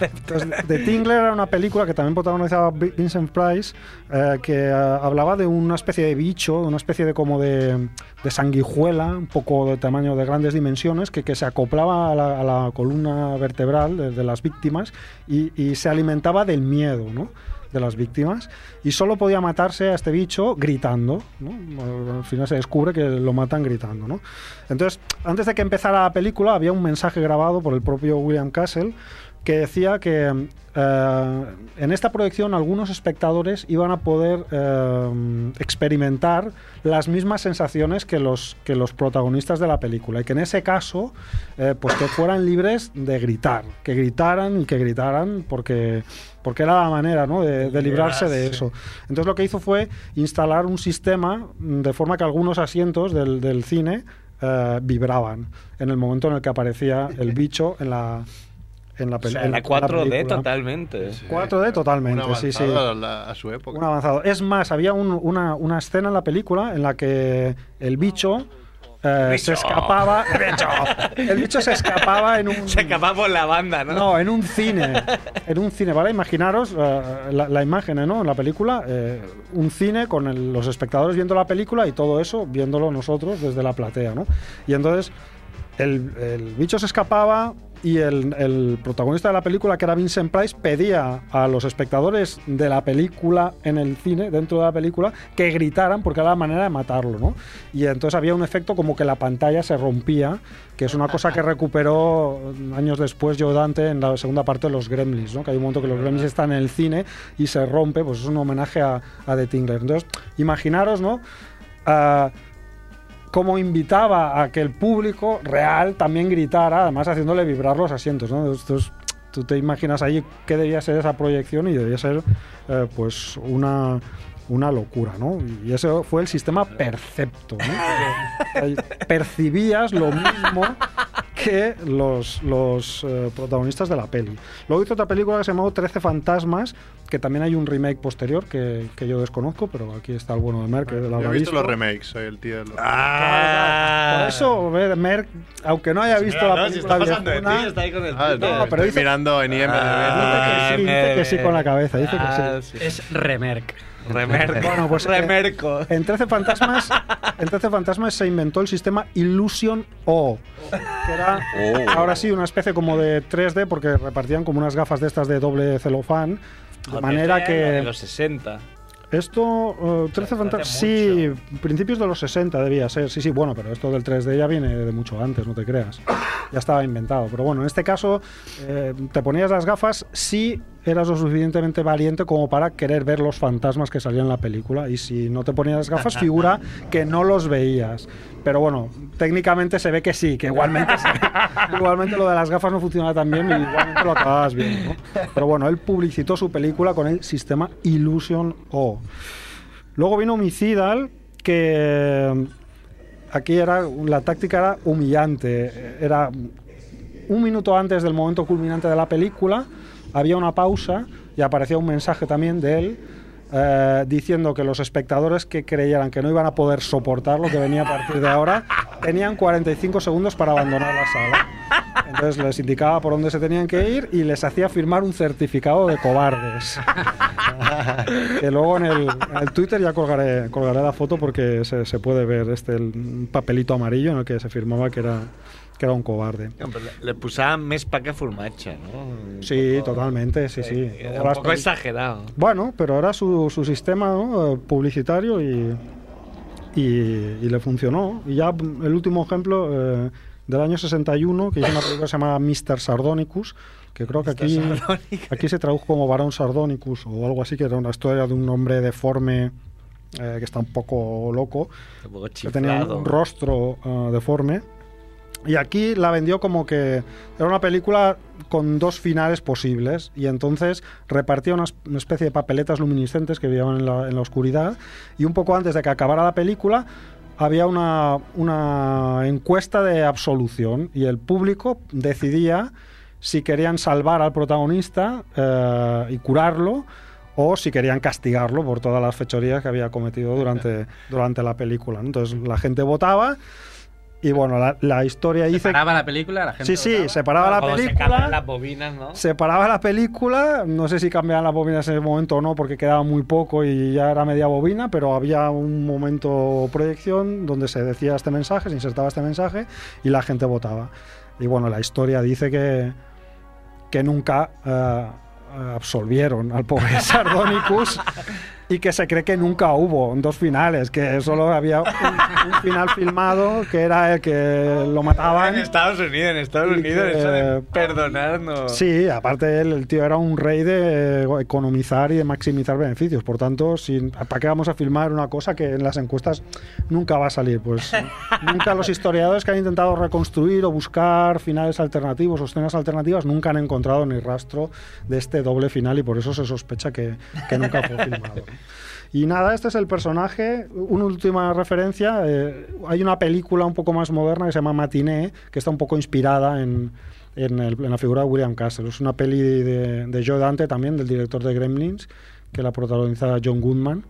Speaker 4: Entonces, The Tingler era una película que también protagonizaba Vi- Vincent Price, eh, que eh, hablaba de una especie de bicho, una especie de como de, de sanguijuela, un poco de tamaño de grandes dimensiones, que, que se acoplaba a la, a la columna vertebral de, de las víctimas y, y se alimentaba del miedo, ¿no? de las víctimas y solo podía matarse a este bicho gritando. ¿no? Al final se descubre que lo matan gritando. ¿no? Entonces, antes de que empezara la película, había un mensaje grabado por el propio William Castle que decía que eh, en esta proyección algunos espectadores iban a poder eh, experimentar las mismas sensaciones que los, que los protagonistas de la película y que en ese caso eh, pues que fueran libres de gritar, que gritaran y que gritaran porque, porque era la manera ¿no? de, de librarse de eso. Entonces lo que hizo fue instalar un sistema mm, de forma que algunos asientos del, del cine eh, vibraban en el momento en el que aparecía el bicho en la... En la,
Speaker 1: O
Speaker 4: peli-
Speaker 1: sea,
Speaker 4: en
Speaker 1: la
Speaker 4: en
Speaker 1: 4D
Speaker 4: película.
Speaker 1: totalmente.
Speaker 4: 4D totalmente,
Speaker 10: Un
Speaker 4: sí, sí.
Speaker 10: avanzado eh, A, la- a su época.
Speaker 4: Un avanzado. Es más, había un- una, una escena en la película en la que el bicho, eh, se escapaba. El bicho se escapaba en un.
Speaker 1: Se escapaba por la banda, ¿no?
Speaker 4: No, en un cine. En un cine, ¿vale? Imaginaros eh, la, la imagen, ¿no? En la película, eh, un cine con el- los espectadores viendo la película y todo eso viéndolo nosotros desde la platea, ¿no? Y entonces el, el bicho se escapaba y el, el protagonista de la película, que era Vincent Price, pedía a los espectadores de la película en el cine, dentro de la película, que gritaran porque era la manera de matarlo, ¿no? Y entonces había un efecto como que la pantalla se rompía, que es una cosa que recuperó años después Joe Dante en la segunda parte de los Gremlins, ¿no? Que hay un momento que los Gremlins están en el cine y se rompe, pues es un homenaje a, a The Tingler. Entonces, imaginaros, ¿no? Ah, como invitaba a que el público real también gritara, además haciéndole vibrar los asientos, ¿no? Entonces, tú te imaginas ahí qué debía ser esa proyección y debía ser eh, pues una, una locura, ¿no? Y ese fue el sistema percepto, ¿no? Ahí Percibías lo mismo que los, los eh, protagonistas de la peli. Luego hizo otra película que se llamó 13 fantasmas, que también hay un remake posterior que, que yo desconozco, pero aquí está el bueno de Mer, que lo
Speaker 10: Yo
Speaker 4: habrá
Speaker 10: he visto
Speaker 4: visto.
Speaker 10: los remakes, soy el tío de los
Speaker 1: Ah,
Speaker 4: Por eso, ver, Merck, aunque no haya visto la
Speaker 1: no, si
Speaker 4: película
Speaker 1: está pasando de
Speaker 4: viejuna,
Speaker 1: ti, está ahí con el
Speaker 10: Ah,
Speaker 1: pito.
Speaker 10: no,
Speaker 4: pero
Speaker 10: estoy
Speaker 4: dice-
Speaker 10: mirando en IMDb.
Speaker 4: Ah, sí, dice que sí
Speaker 1: MDB.
Speaker 4: con la cabeza, dice que
Speaker 1: Ah, sí.
Speaker 3: Es Remerc.
Speaker 1: Remerco.
Speaker 4: Bueno, pues, eh,
Speaker 1: Remerco.
Speaker 4: en 13 fantasmas, en 13 fantasmas se inventó el sistema Illusion O, que era
Speaker 2: Oh.
Speaker 4: ahora sí una especie como de 3D porque repartían como unas gafas de estas de doble celofán, de manera
Speaker 1: De
Speaker 4: que
Speaker 1: Ah, los 60.
Speaker 4: esto eh, 13 fantasmas sí, principios de los 60 debía ser. Sí, sí, bueno, pero esto del 3D ya viene de mucho antes, no te creas. Ya estaba inventado, pero bueno, en este caso eh, te ponías las gafas si eras lo suficientemente valiente como para querer ver los fantasmas que salían en la película y si no te ponías las gafas figura que no los veías. Pero bueno, técnicamente se ve que sí, que igualmente sí. igualmente lo de las gafas no funcionaba tan bien y igualmente lo acababas viendo. ¿no? Pero bueno, él publicitó su película con el sistema Illusion O. Luego vino Homicidal, que aquí era la táctica era humillante. Era un minuto antes del momento culminante de la película, había una pausa y aparecía un mensaje también de él. eh, diciendo que los espectadores que creyeran que no iban a poder soportar lo que venía a partir de ahora tenían 45 segundos para abandonar la sala. Entonces les indicaba por dónde se tenían que ir y les hacía firmar un certificado de cobardes. que luego en el, en el Twitter ya colgaré, colgaré la foto porque se, se puede ver este el- un papelito amarillo en el que se firmaba que era, que era un cobarde.
Speaker 1: Le, le pusaban mes pa' que formatge, no?
Speaker 4: Sí, totalmente, sí, sí.
Speaker 1: Era
Speaker 4: Luego
Speaker 1: Eh, un
Speaker 4: las
Speaker 1: poco
Speaker 4: peli-
Speaker 1: exagerado.
Speaker 4: Bueno, pero era su, su sistema ¿no? Eh, publicitario y, y, y le funcionó. Y ya mm, el último ejemplo eh, del año 61, que hizo una película llamada Mr. Sardonicus, que creo que aquí, aquí se tradujo como Barón Sardonicus o algo así, que era una historia de un hombre deforme eh, que está un poco loco,
Speaker 1: Un poco
Speaker 4: que tenía
Speaker 1: chiflado.
Speaker 4: un rostro eh, deforme. Y aquí la vendió como que era una película con dos finales posibles. Y entonces repartía unas- una especie de papeletas luminiscentes que brillaban en la, en la oscuridad. Y un poco antes de que acabara la película, había una, una encuesta de absolución. Y el público decidía si querían salvar al protagonista eh, y curarlo o si querían castigarlo por todas las fechorías que había cometido durante, durante la película. ¿no? Entonces la gente votaba y bueno, la, la historia dice...
Speaker 3: Paraba la película, la gente.
Speaker 4: Sí, sí,
Speaker 3: votaba.
Speaker 4: se paraba la
Speaker 1: Cuando se cambian
Speaker 4: película.
Speaker 1: las bobinas, ¿no?
Speaker 4: Se paraba la película, no sé si cambiaban las bobinas en ese momento o no, porque quedaba muy poco y ya era media bobina, pero había un momento proyección donde se decía este mensaje, se insertaba este mensaje y la gente votaba. Y bueno, la historia dice que, que nunca eh, absolvieron al pobre Sardonicus y que se cree que nunca hubo dos finales, que solo había un, un final filmado que era el que lo mataban.
Speaker 1: En Estados Unidos, en Estados
Speaker 4: Y
Speaker 1: Unidos,
Speaker 4: que-
Speaker 1: eso de perdonarnos.
Speaker 4: Sí, aparte él, el tío era un rey de eh, economizar y de maximizar beneficios. Por tanto, sin, ¿para qué vamos a filmar una cosa que en las encuestas nunca va a salir? Pues nunca los historiadores que han intentado reconstruir o buscar finales alternativos o escenas alternativas nunca han encontrado ni rastro de este doble final y por eso se sospecha que, que nunca fue filmado. Y nada, este es el personaje. Una última referencia. eh, hay una película un poco más moderna que se llama Matiné, que está un poco inspirada en, en el- en la figura de William Castle. Es una peli de, de Joe Dante también, del director de Gremlins, que la protagoniza John Goodman.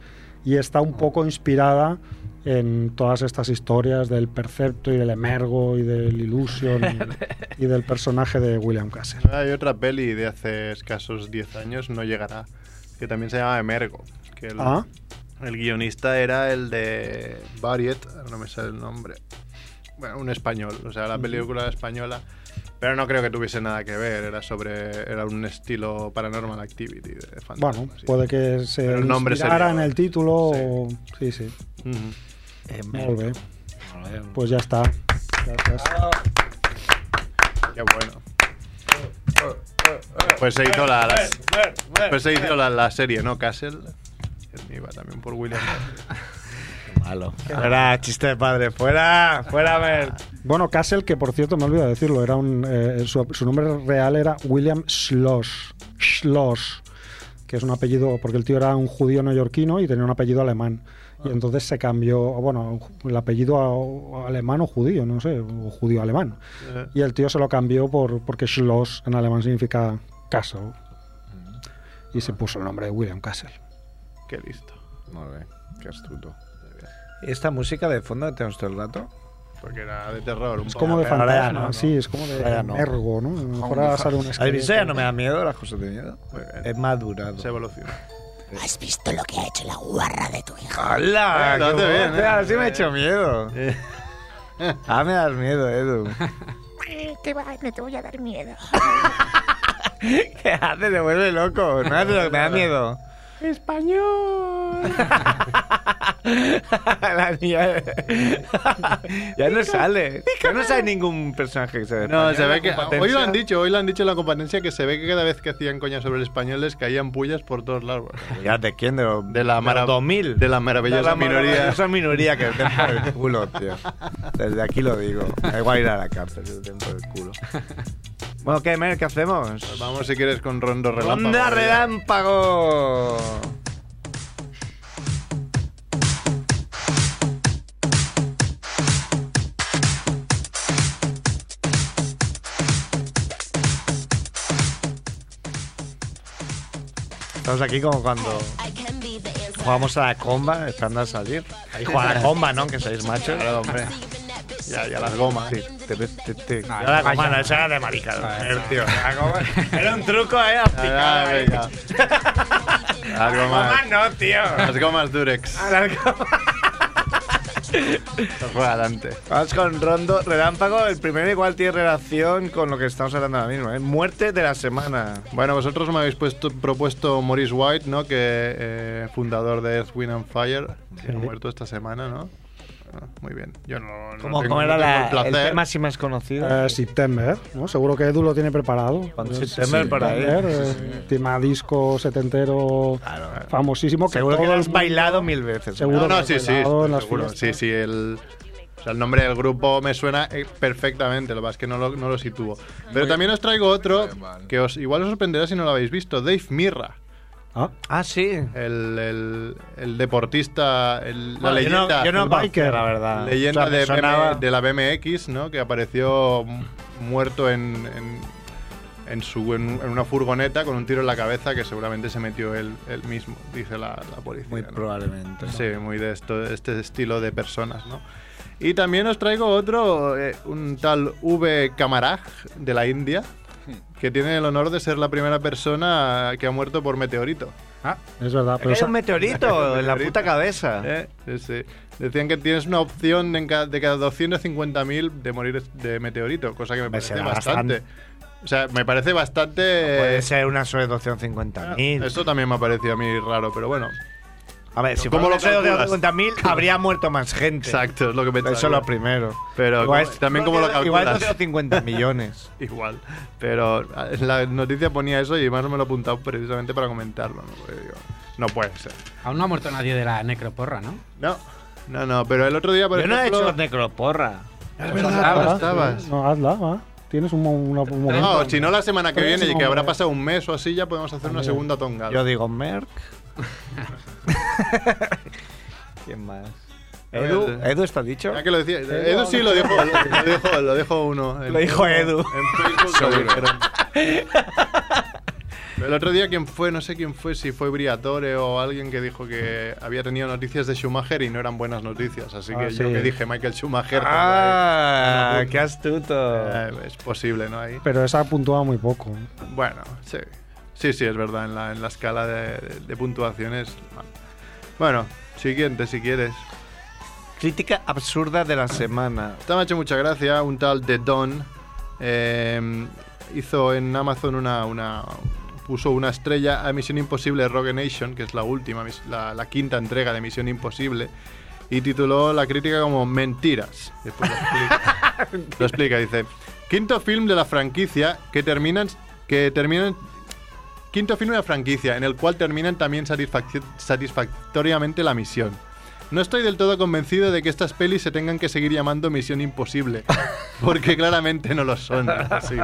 Speaker 4: Y está un poco inspirada en todas estas historias del percepto y del emergo y del illusion y, y del personaje de William Castle.
Speaker 10: Ah, Hay otra peli de hace escasos 10 años, no llegará, que también se llama Emergo. Que el,
Speaker 4: Ah.
Speaker 10: el guionista era el de Barriet, no me sale el nombre. Bueno, un español, o sea, la película española. Pero no creo que tuviese nada que ver, era sobre. Era un estilo Paranormal Activity de fantasmas
Speaker 4: Ah, Bueno,
Speaker 10: y-
Speaker 4: puede que se
Speaker 10: Pero el nombre
Speaker 4: inspirara
Speaker 10: sería-
Speaker 4: en el título.
Speaker 10: Sí.
Speaker 4: o- Sí, sí.
Speaker 10: Ujú.
Speaker 4: Molt bé. Pues ya está. Gracias.
Speaker 10: Qué bueno. Pues se hizo la, la- pues se hizo la, la serie, ¿no? Castle. Que Iba también por William.
Speaker 1: Malo. Fuera, chiste de padre. Fuera, fuera, a ver.
Speaker 4: Bueno, Castle, que por cierto me olvido de decirlo, era un, eh, su, su nombre real era William Schloss. Schloss, que es un apellido, porque el tío era un judío neoyorquino y tenía un apellido alemán. Y entonces se cambió, bueno, el apellido a- alemán o judío, no sé, o judío alemán. Y el tío se lo cambió por, porque Schloss en alemán significa castle. Y se puso el nombre de William Castle.
Speaker 10: Qué listo.
Speaker 2: Molt bé, que astuto.
Speaker 1: ¿Esta música de fondo que tenemos todo el rato?
Speaker 10: Porque era de terror. Un
Speaker 4: Es
Speaker 10: poco.
Speaker 4: como de
Speaker 1: pero ahora ya
Speaker 4: fantasma,
Speaker 1: no, ¿no?
Speaker 4: sí, es como de
Speaker 1: Ahora ya no.
Speaker 4: ergo, ¿no? A lo Mejor ahora sale un
Speaker 1: ¿Has visto? Ya
Speaker 4: esqueleto.
Speaker 1: no me da miedo las cosas de miedo.
Speaker 10: Muy bien.
Speaker 1: He madurado.
Speaker 4: eh,
Speaker 10: Se evoluciona.
Speaker 1: ¡Hala!
Speaker 10: Eh, lo
Speaker 1: qué guapo!
Speaker 10: hace bien, eh.
Speaker 1: Ahora sí me he hecho miedo. Ah, me das miedo, Edu.
Speaker 5: Eh, Te va- me te voy a dar miedo.
Speaker 1: ¿Qué haces? Te vuelve loco. No haces lo que me da miedo. ¡Español! La niña... ya no sale. Ya no sale ningún personaje que se
Speaker 10: No, se ve que.
Speaker 1: competencia.
Speaker 10: Hoy lo han dicho, hoy lo han dicho en la competencia que se ve que cada vez que hacían coña sobre el español les caían pullas por todos lados.
Speaker 1: ¿Ya de quién? De, lo-
Speaker 10: De la,
Speaker 1: los
Speaker 10: mara-
Speaker 1: 2000.
Speaker 10: de la maravillosa
Speaker 1: De la
Speaker 10: minoría.
Speaker 1: maravillosa minoría que es dentro del culo, tío. Desde aquí lo digo. Da igual ir a la cárcel, es dentro del culo. Bueno, ¿qué, Mer? ¿Qué hacemos?
Speaker 10: Pues vamos si quieres con Rondo Relámpago.
Speaker 1: ¡Onda
Speaker 10: ahora ya.
Speaker 1: relámpago! Estamos aquí como cuando jugamos a la comba, esperando a salir. Ahí juega la comba, ¿no? Que sois machos.
Speaker 10: Claro, hombre. Ya, ya las gomas.
Speaker 1: Yo la goma no, esa era de marica.
Speaker 10: tío. La goma.
Speaker 1: Era un truco, eh, aplicado,
Speaker 10: Ah,
Speaker 1: eh.
Speaker 10: venga. Las
Speaker 1: La goma
Speaker 10: gomas.
Speaker 1: no, tío.
Speaker 10: Las gomas Durex.
Speaker 1: A la goma.
Speaker 10: Las juega adelante.
Speaker 1: Vamos con Rondo Relámpago. El primero igual tiene relación con lo que estamos hablando ahora mismo, ¿eh? Muerte de la semana.
Speaker 10: Bueno, vosotros me habéis puesto- propuesto Maurice White, ¿no? Que eh, fundador de Earth, Wind and Fire, que ha muerto esta semana, ¿no? Ah, muy bien. Yo no, no
Speaker 1: Como,
Speaker 10: tengo,
Speaker 1: como
Speaker 10: no
Speaker 1: era
Speaker 10: tengo
Speaker 1: la-
Speaker 10: el placer.
Speaker 1: el tema así más conocido.
Speaker 4: Eh, September, ¿no? Seguro que Edu lo tiene preparado.
Speaker 1: Cuando
Speaker 4: Eh,
Speaker 1: September para él. Ah.
Speaker 4: eh, tema disco setentero famosísimo. Que
Speaker 1: Seguro que
Speaker 4: todo
Speaker 1: lo
Speaker 4: el
Speaker 1: has
Speaker 4: mundo-
Speaker 1: bailado mil veces. ¿eh?
Speaker 4: Seguro
Speaker 10: No, no,
Speaker 4: que
Speaker 10: sí,
Speaker 4: has
Speaker 10: sí,
Speaker 4: bailado en las
Speaker 10: seguro.
Speaker 4: fiestas.
Speaker 10: Sí, sí, el, o sea, el nombre del grupo me suena eh, perfectamente, lo que pasa es que no lo, no lo sitúo. Pero también os traigo otro que os igual os sorprenderá si no lo habéis visto, Dave Mirra.
Speaker 4: Ah,
Speaker 1: Ah, sí.
Speaker 10: El, el- el deportista, el- la
Speaker 1: Bueno, yo no-
Speaker 10: leyenda,
Speaker 1: Yo no,
Speaker 4: el
Speaker 1: conocía,
Speaker 4: biker.
Speaker 1: la verdad.
Speaker 10: leyenda
Speaker 1: O sea, me
Speaker 10: de, BM
Speaker 1: sonaba-
Speaker 10: de la BMX, ¿no? Que apareció mu- muerto en, en, en su, en, en una furgoneta con un tiro en la cabeza que seguramente se metió él, él mismo, dice la, la policía.
Speaker 1: Muy
Speaker 10: ¿no?
Speaker 1: probablemente. ¿no?
Speaker 10: Sí, muy de esto, este estilo de personas, ¿no? Y también os traigo otro, eh, un tal V. Kamaraj de la India, que tiene el honor de ser la primera persona que ha muerto por meteorito.
Speaker 4: Es verdad, pero
Speaker 1: Hay
Speaker 4: esa-
Speaker 1: un meteorito en la puta cabeza.
Speaker 10: ¿eh? Sí, sí. Decían que tienes una opción en ca- de cada 250.000 de morir de meteorito, cosa que me
Speaker 1: Pues
Speaker 10: parece
Speaker 1: será
Speaker 10: bastante. O sea, me parece bastante. eh.
Speaker 1: Puede ser una sobre 250.000.
Speaker 10: esto también me ha parecido a mí raro, pero bueno.
Speaker 1: A ver, si
Speaker 10: ¿Cómo
Speaker 1: fuera
Speaker 10: lo
Speaker 1: un sobre
Speaker 10: calculas?
Speaker 1: 250.000, habría muerto más gente.
Speaker 10: Exacto, es lo que pensaba.
Speaker 1: Eso es lo primero.
Speaker 10: Pero
Speaker 1: Igual
Speaker 10: como-
Speaker 1: es-
Speaker 10: también como lo
Speaker 1: Igual
Speaker 10: calculas.
Speaker 1: 250 millones.
Speaker 10: Igual. Pero ah, la noticia ponía eso y más me lo he apuntado precisamente para comentarlo. ¿no? Porque digo, no puede ser.
Speaker 3: Aún no ha muerto nadie de la necroporra, ¿no?
Speaker 10: No, no, no. Pero el otro día, por
Speaker 1: Yo no he
Speaker 10: ejemplo-
Speaker 1: hecho necroporra.
Speaker 10: Es verdad,
Speaker 4: Ah,
Speaker 10: estabas.
Speaker 4: No, hazla, va. Tienes un, mo- una- un momento.
Speaker 10: No, si no la semana que
Speaker 4: Pero
Speaker 10: viene
Speaker 4: es
Speaker 10: y que habrá
Speaker 4: como-
Speaker 10: pasado un mes o así, ya podemos hacer una
Speaker 4: Amigo.
Speaker 10: segunda tonga.
Speaker 1: Yo digo Merck. ¿Quién más? Edu, Edu está dicho.
Speaker 10: Ya que lo decía. Edu sí lo dijo, lo dijo, lo dijo uno. en-
Speaker 1: Lo dijo Edu.
Speaker 10: En Facebook lo dijeron. El otro día, ¿quién fue? No sé quién fue, si fue Briatore o alguien que dijo que había tenido noticias de Schumacher y no eran buenas noticias. Así que
Speaker 4: Ah,
Speaker 10: yo
Speaker 4: sí.
Speaker 10: que dije Michael Schumacher.
Speaker 1: Ah,
Speaker 10: Edu.
Speaker 1: qué astuto.
Speaker 10: eh, es posible, ¿no? Ahí.
Speaker 4: Pero esa puntuaba muy poco.
Speaker 10: Bueno, sí. Sí, sí, es verdad, en la, en la escala de, de puntuaciones. Bueno, siguiente, si quieres.
Speaker 1: Crítica absurda de la semana.
Speaker 10: Esta me ha hecho mucha gracia. Un tal The Don eh, hizo en Amazon una, una- puso una estrella a Misión Imposible Rogue Nation, que es la última, mis- la, la quinta entrega de Misión Imposible, y tituló la crítica como Mentiras. Después lo explica. Lo explica, dice. Quinto film de la franquicia que terminan. Que terminan Quinto film de la franquicia, en el cual terminan también satisfacci- satisfactoriamente la misión. No estoy del todo convencido de que estas pelis se tengan que seguir llamando Misión Imposible, porque claramente no lo son. Así.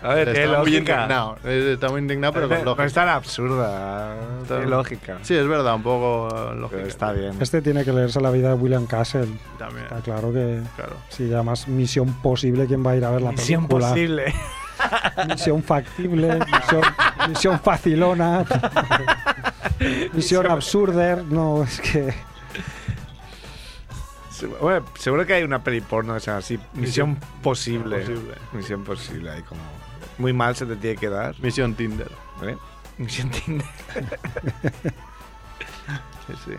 Speaker 1: A ver, qué
Speaker 10: Está muy
Speaker 1: lógica.
Speaker 10: indignado, eh, está muy indignado, pero con
Speaker 1: No es
Speaker 10: lógica.
Speaker 1: tan absurda.
Speaker 10: Está-
Speaker 1: Qué lógica.
Speaker 10: Sí, es verdad, un poco eh,
Speaker 1: Pero
Speaker 10: lógica.
Speaker 1: está bien.
Speaker 4: Este tiene que leerse la vida de William Castle.
Speaker 10: También,
Speaker 4: Está claro que
Speaker 10: claro.
Speaker 4: si llamas Misión Posible, ¿quién va a ir a ver la
Speaker 1: Misión
Speaker 4: película?
Speaker 1: posible.
Speaker 4: Misión Factible, Misión, misión Facilona, Misión Absurder. No, es que.
Speaker 1: Se- Bueno, seguro que hay una peli porno que se llama así. Misión posible.
Speaker 10: Posible.
Speaker 1: Misión posible. Ahí como. Muy mal se te tiene que dar.
Speaker 10: Misión Tinder.
Speaker 1: ¿eh? Misión Tinder.
Speaker 10: Sí, sí.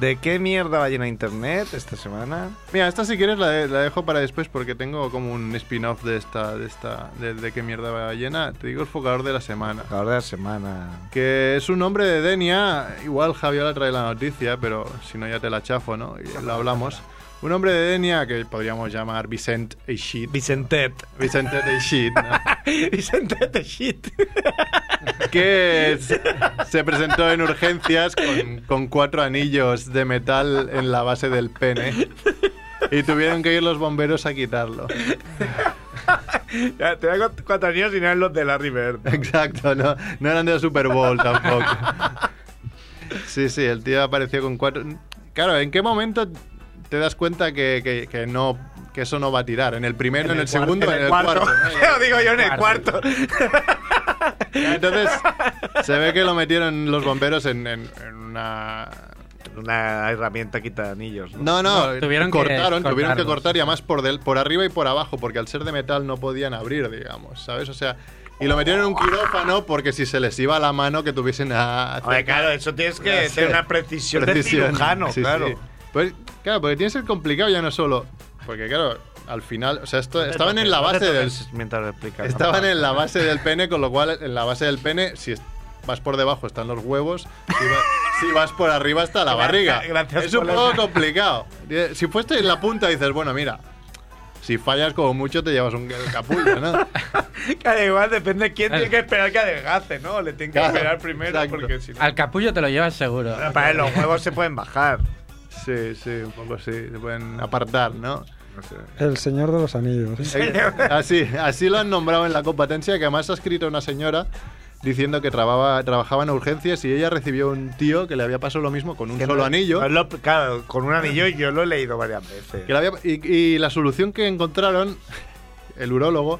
Speaker 1: ¿De qué mierda va llena internet esta semana?
Speaker 10: Mira, esta si quieres la, de- la dejo para después porque tengo como un spin-off de esta, de esta, de, de qué mierda va llena. Te digo el focador de la semana.
Speaker 1: La hora de la semana.
Speaker 10: Que es un nombre de Denia, igual Javier la trae la noticia, pero si no ya te la chafo, ¿no? Y lo hablamos. Un hombre de Denia que podríamos llamar Vicent Eixit.
Speaker 1: Vicentet.
Speaker 10: Vicente Eixit, ¿no?
Speaker 1: Vicentet de shit.
Speaker 10: que es- se presentó en urgencias con, con cuatro anillos de metal en la base del pene. Y tuvieron que ir los bomberos a quitarlo.
Speaker 1: Ya, te da cu- cuatro anillos y no es los de Larry Bird.
Speaker 10: Exacto, no, no eran de la Super Bowl tampoco. Sí, sí, el tío apareció con cuatro. Claro, ¿en qué momento te das cuenta que, que- que no que eso no va a tirar? ¿En el primero, en, el, segundo, en el cuarto?
Speaker 1: Lo digo yo en el
Speaker 3: Cuarto.
Speaker 1: cuarto.
Speaker 10: Entonces, se ve que lo metieron los bomberos en, en- en una
Speaker 1: Una herramienta quita anillos.
Speaker 10: No, no,
Speaker 1: Tuvieron que
Speaker 10: cortaron, tuvieron que
Speaker 1: cortarlos.
Speaker 10: cortar y además por, del, por arriba y por abajo, porque al ser de metal no podían abrir, digamos, ¿sabes? O sea, y lo metieron en un quirófano porque si se les iba la mano que tuviesen a...
Speaker 1: Hombre, claro, eso tienes que
Speaker 10: Gracias.
Speaker 1: tener una precisión, de
Speaker 10: Precisión,
Speaker 1: cirujano,
Speaker 10: sí,
Speaker 1: claro.
Speaker 10: sí. Pues, claro, porque tiene que ser complicado ya no solo, porque claro, al final, o sea, esto,
Speaker 1: No te
Speaker 10: estaban en
Speaker 1: toques,
Speaker 10: la
Speaker 1: no te
Speaker 10: base del...
Speaker 1: toques Mientras lo explicas.
Speaker 10: Estaban en la base del pene, con lo cual en la base del pene, si es- vas por debajo están los huevos, si, va- si vas por arriba está la barriga.
Speaker 1: gracias
Speaker 10: es un
Speaker 1: por la-
Speaker 10: poco complicado. Eh, Si fuiste en la punta dices, bueno, mira, si fallas como mucho te llevas un el capullo, ¿no?
Speaker 1: Claro, igual depende quién tiene que esperar que adelgace, ¿no? Le tienen que
Speaker 10: Claro,
Speaker 1: esperar primero
Speaker 10: exacto.
Speaker 1: porque si no.
Speaker 3: Al capullo te lo llevas seguro.
Speaker 1: Para él, los huevos se pueden bajar.
Speaker 10: Sí, sí, un poco sí, se pueden apartar, ¿no?
Speaker 4: El Señor de los Anillos.
Speaker 10: Eh, Así, así lo han nombrado en la competencia, que además ha escrito una señora diciendo que trababa- trabajaba en urgencias y ella recibió un tío que le había pasado lo mismo con un
Speaker 1: Que
Speaker 10: solo
Speaker 1: no-
Speaker 10: anillo.
Speaker 1: no es lo- claro, con un anillo yo lo he leído varias veces.
Speaker 10: Que la había- y, y la solución que encontraron, el urólogo,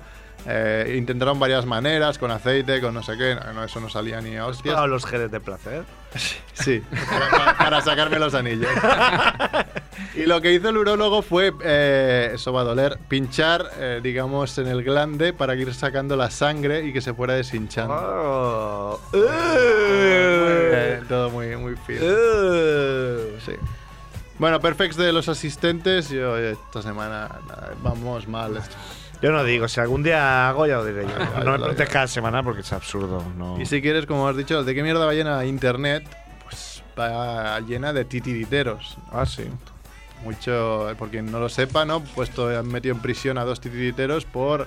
Speaker 10: eh, intentaron varias maneras, con aceite, con no sé qué, no, eso no salía ni a hostias.
Speaker 1: Para los genes de placer.
Speaker 10: Sí, para, para- para sacarme los anillos. Y lo que hizo el urólogo fue, eh, eso va a doler, pinchar, eh, digamos, en el glande para ir sacando la sangre y que se fuera deshinchando.
Speaker 1: Oh.
Speaker 10: Eh, todo muy, muy fino. Sí. Bueno, perfects de los asistentes, yo eh, esta semana nada, vamos mal.
Speaker 1: Yo no digo, si algún día hago ya lo diré yo.
Speaker 10: Ah,
Speaker 1: No me
Speaker 10: claro.
Speaker 1: preguntes cada semana porque es absurdo. No.
Speaker 10: Y si quieres, como has dicho, ¿de qué mierda va llena internet? Pues va llena de titiriteros.
Speaker 1: Ah, sí.
Speaker 10: Mucho, por quien no lo sepa, ¿no? Puesto, han metido en prisión a dos titiriteros por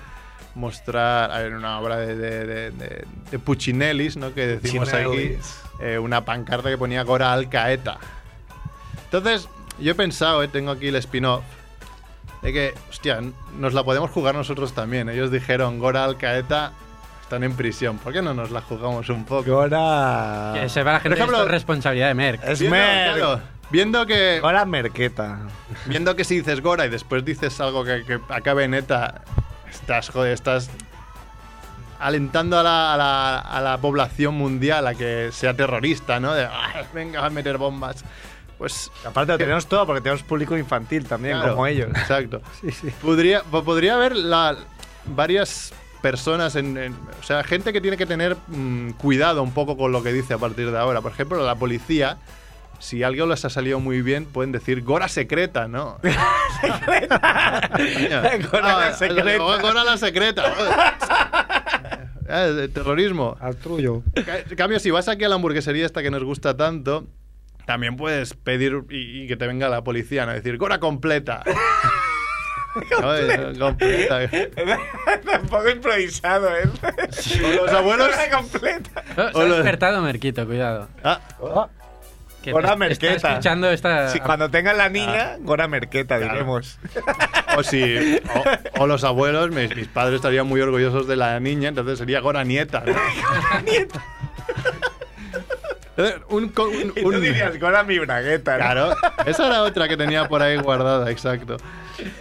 Speaker 10: mostrar a ver, una obra de, de, de- de- de Puccinellis, ¿no? Que decimos aquí,
Speaker 1: Puccinellis.
Speaker 10: eh, una pancarta que ponía Gora Al Qaeda. Entonces, yo he pensado, ¿eh? tengo aquí el spin-off, de que, hostia, nos la podemos jugar nosotros también. Ellos dijeron, Gora Al Qaeda están en prisión, ¿por qué no nos la jugamos un poco?
Speaker 1: Ahora.
Speaker 3: Que sepa la gente
Speaker 10: Por
Speaker 3: que esto
Speaker 10: ejemplo-
Speaker 3: es responsabilidad de Merck.
Speaker 1: Es
Speaker 10: Viendo,
Speaker 1: Mer.
Speaker 10: claro, viendo que
Speaker 1: Ahora Merqueta.
Speaker 10: viendo que si dices Gora y después dices algo que, que acabe en ETA, estás, joder, estás alentando a la, a la- a la población mundial a que sea terrorista, ¿no? De, "Ah, venga, a meter bombas. Pues
Speaker 1: Aparte, lo tenemos todo porque tenemos público infantil también,
Speaker 10: Claro,
Speaker 1: como ellos.
Speaker 10: Exacto. Podría, po- podría haber la- varias personas, en, en- o sea, gente que tiene que tener mm, cuidado un poco con lo que dice a partir de ahora. Por ejemplo, la policía, si algo les ha salido muy bien, pueden decir Gora secreta, ¿no? Coño.
Speaker 1: Gora la
Speaker 10: Ah,
Speaker 1: secreta.
Speaker 10: oh, Gora la secreta. Eh, terrorismo.
Speaker 4: Al trullo.
Speaker 10: Ca- En cambio, si vas aquí a la hamburguesería esta que nos gusta tanto, también puedes pedir y, y que te venga la policía ¿no? a decir ¡Gora completa! ¿No? Eh, completa.
Speaker 1: Tampoco improvisado, ¿eh?
Speaker 10: O los abuelos...
Speaker 1: Ahora completa.
Speaker 3: Oh, Se ha
Speaker 10: Hola.
Speaker 3: despertado Merquito, cuidado.
Speaker 10: Ah,
Speaker 3: Que
Speaker 1: Hola,
Speaker 3: está-
Speaker 1: Merqueta.
Speaker 3: Está escuchando esta...
Speaker 1: Si cuando tengan la niña, Gora Merqueta, diremos.
Speaker 10: o, si, o, o los abuelos, mis, mis padres estarían muy orgullosos de la niña, entonces sería Gora nieta. ¿no? Entonces, un, co- un-
Speaker 1: Y tú
Speaker 10: un-
Speaker 1: dirías, Gora mi bragueta, ¿no?
Speaker 10: Claro, esa era otra que tenía por ahí guardada, exacto.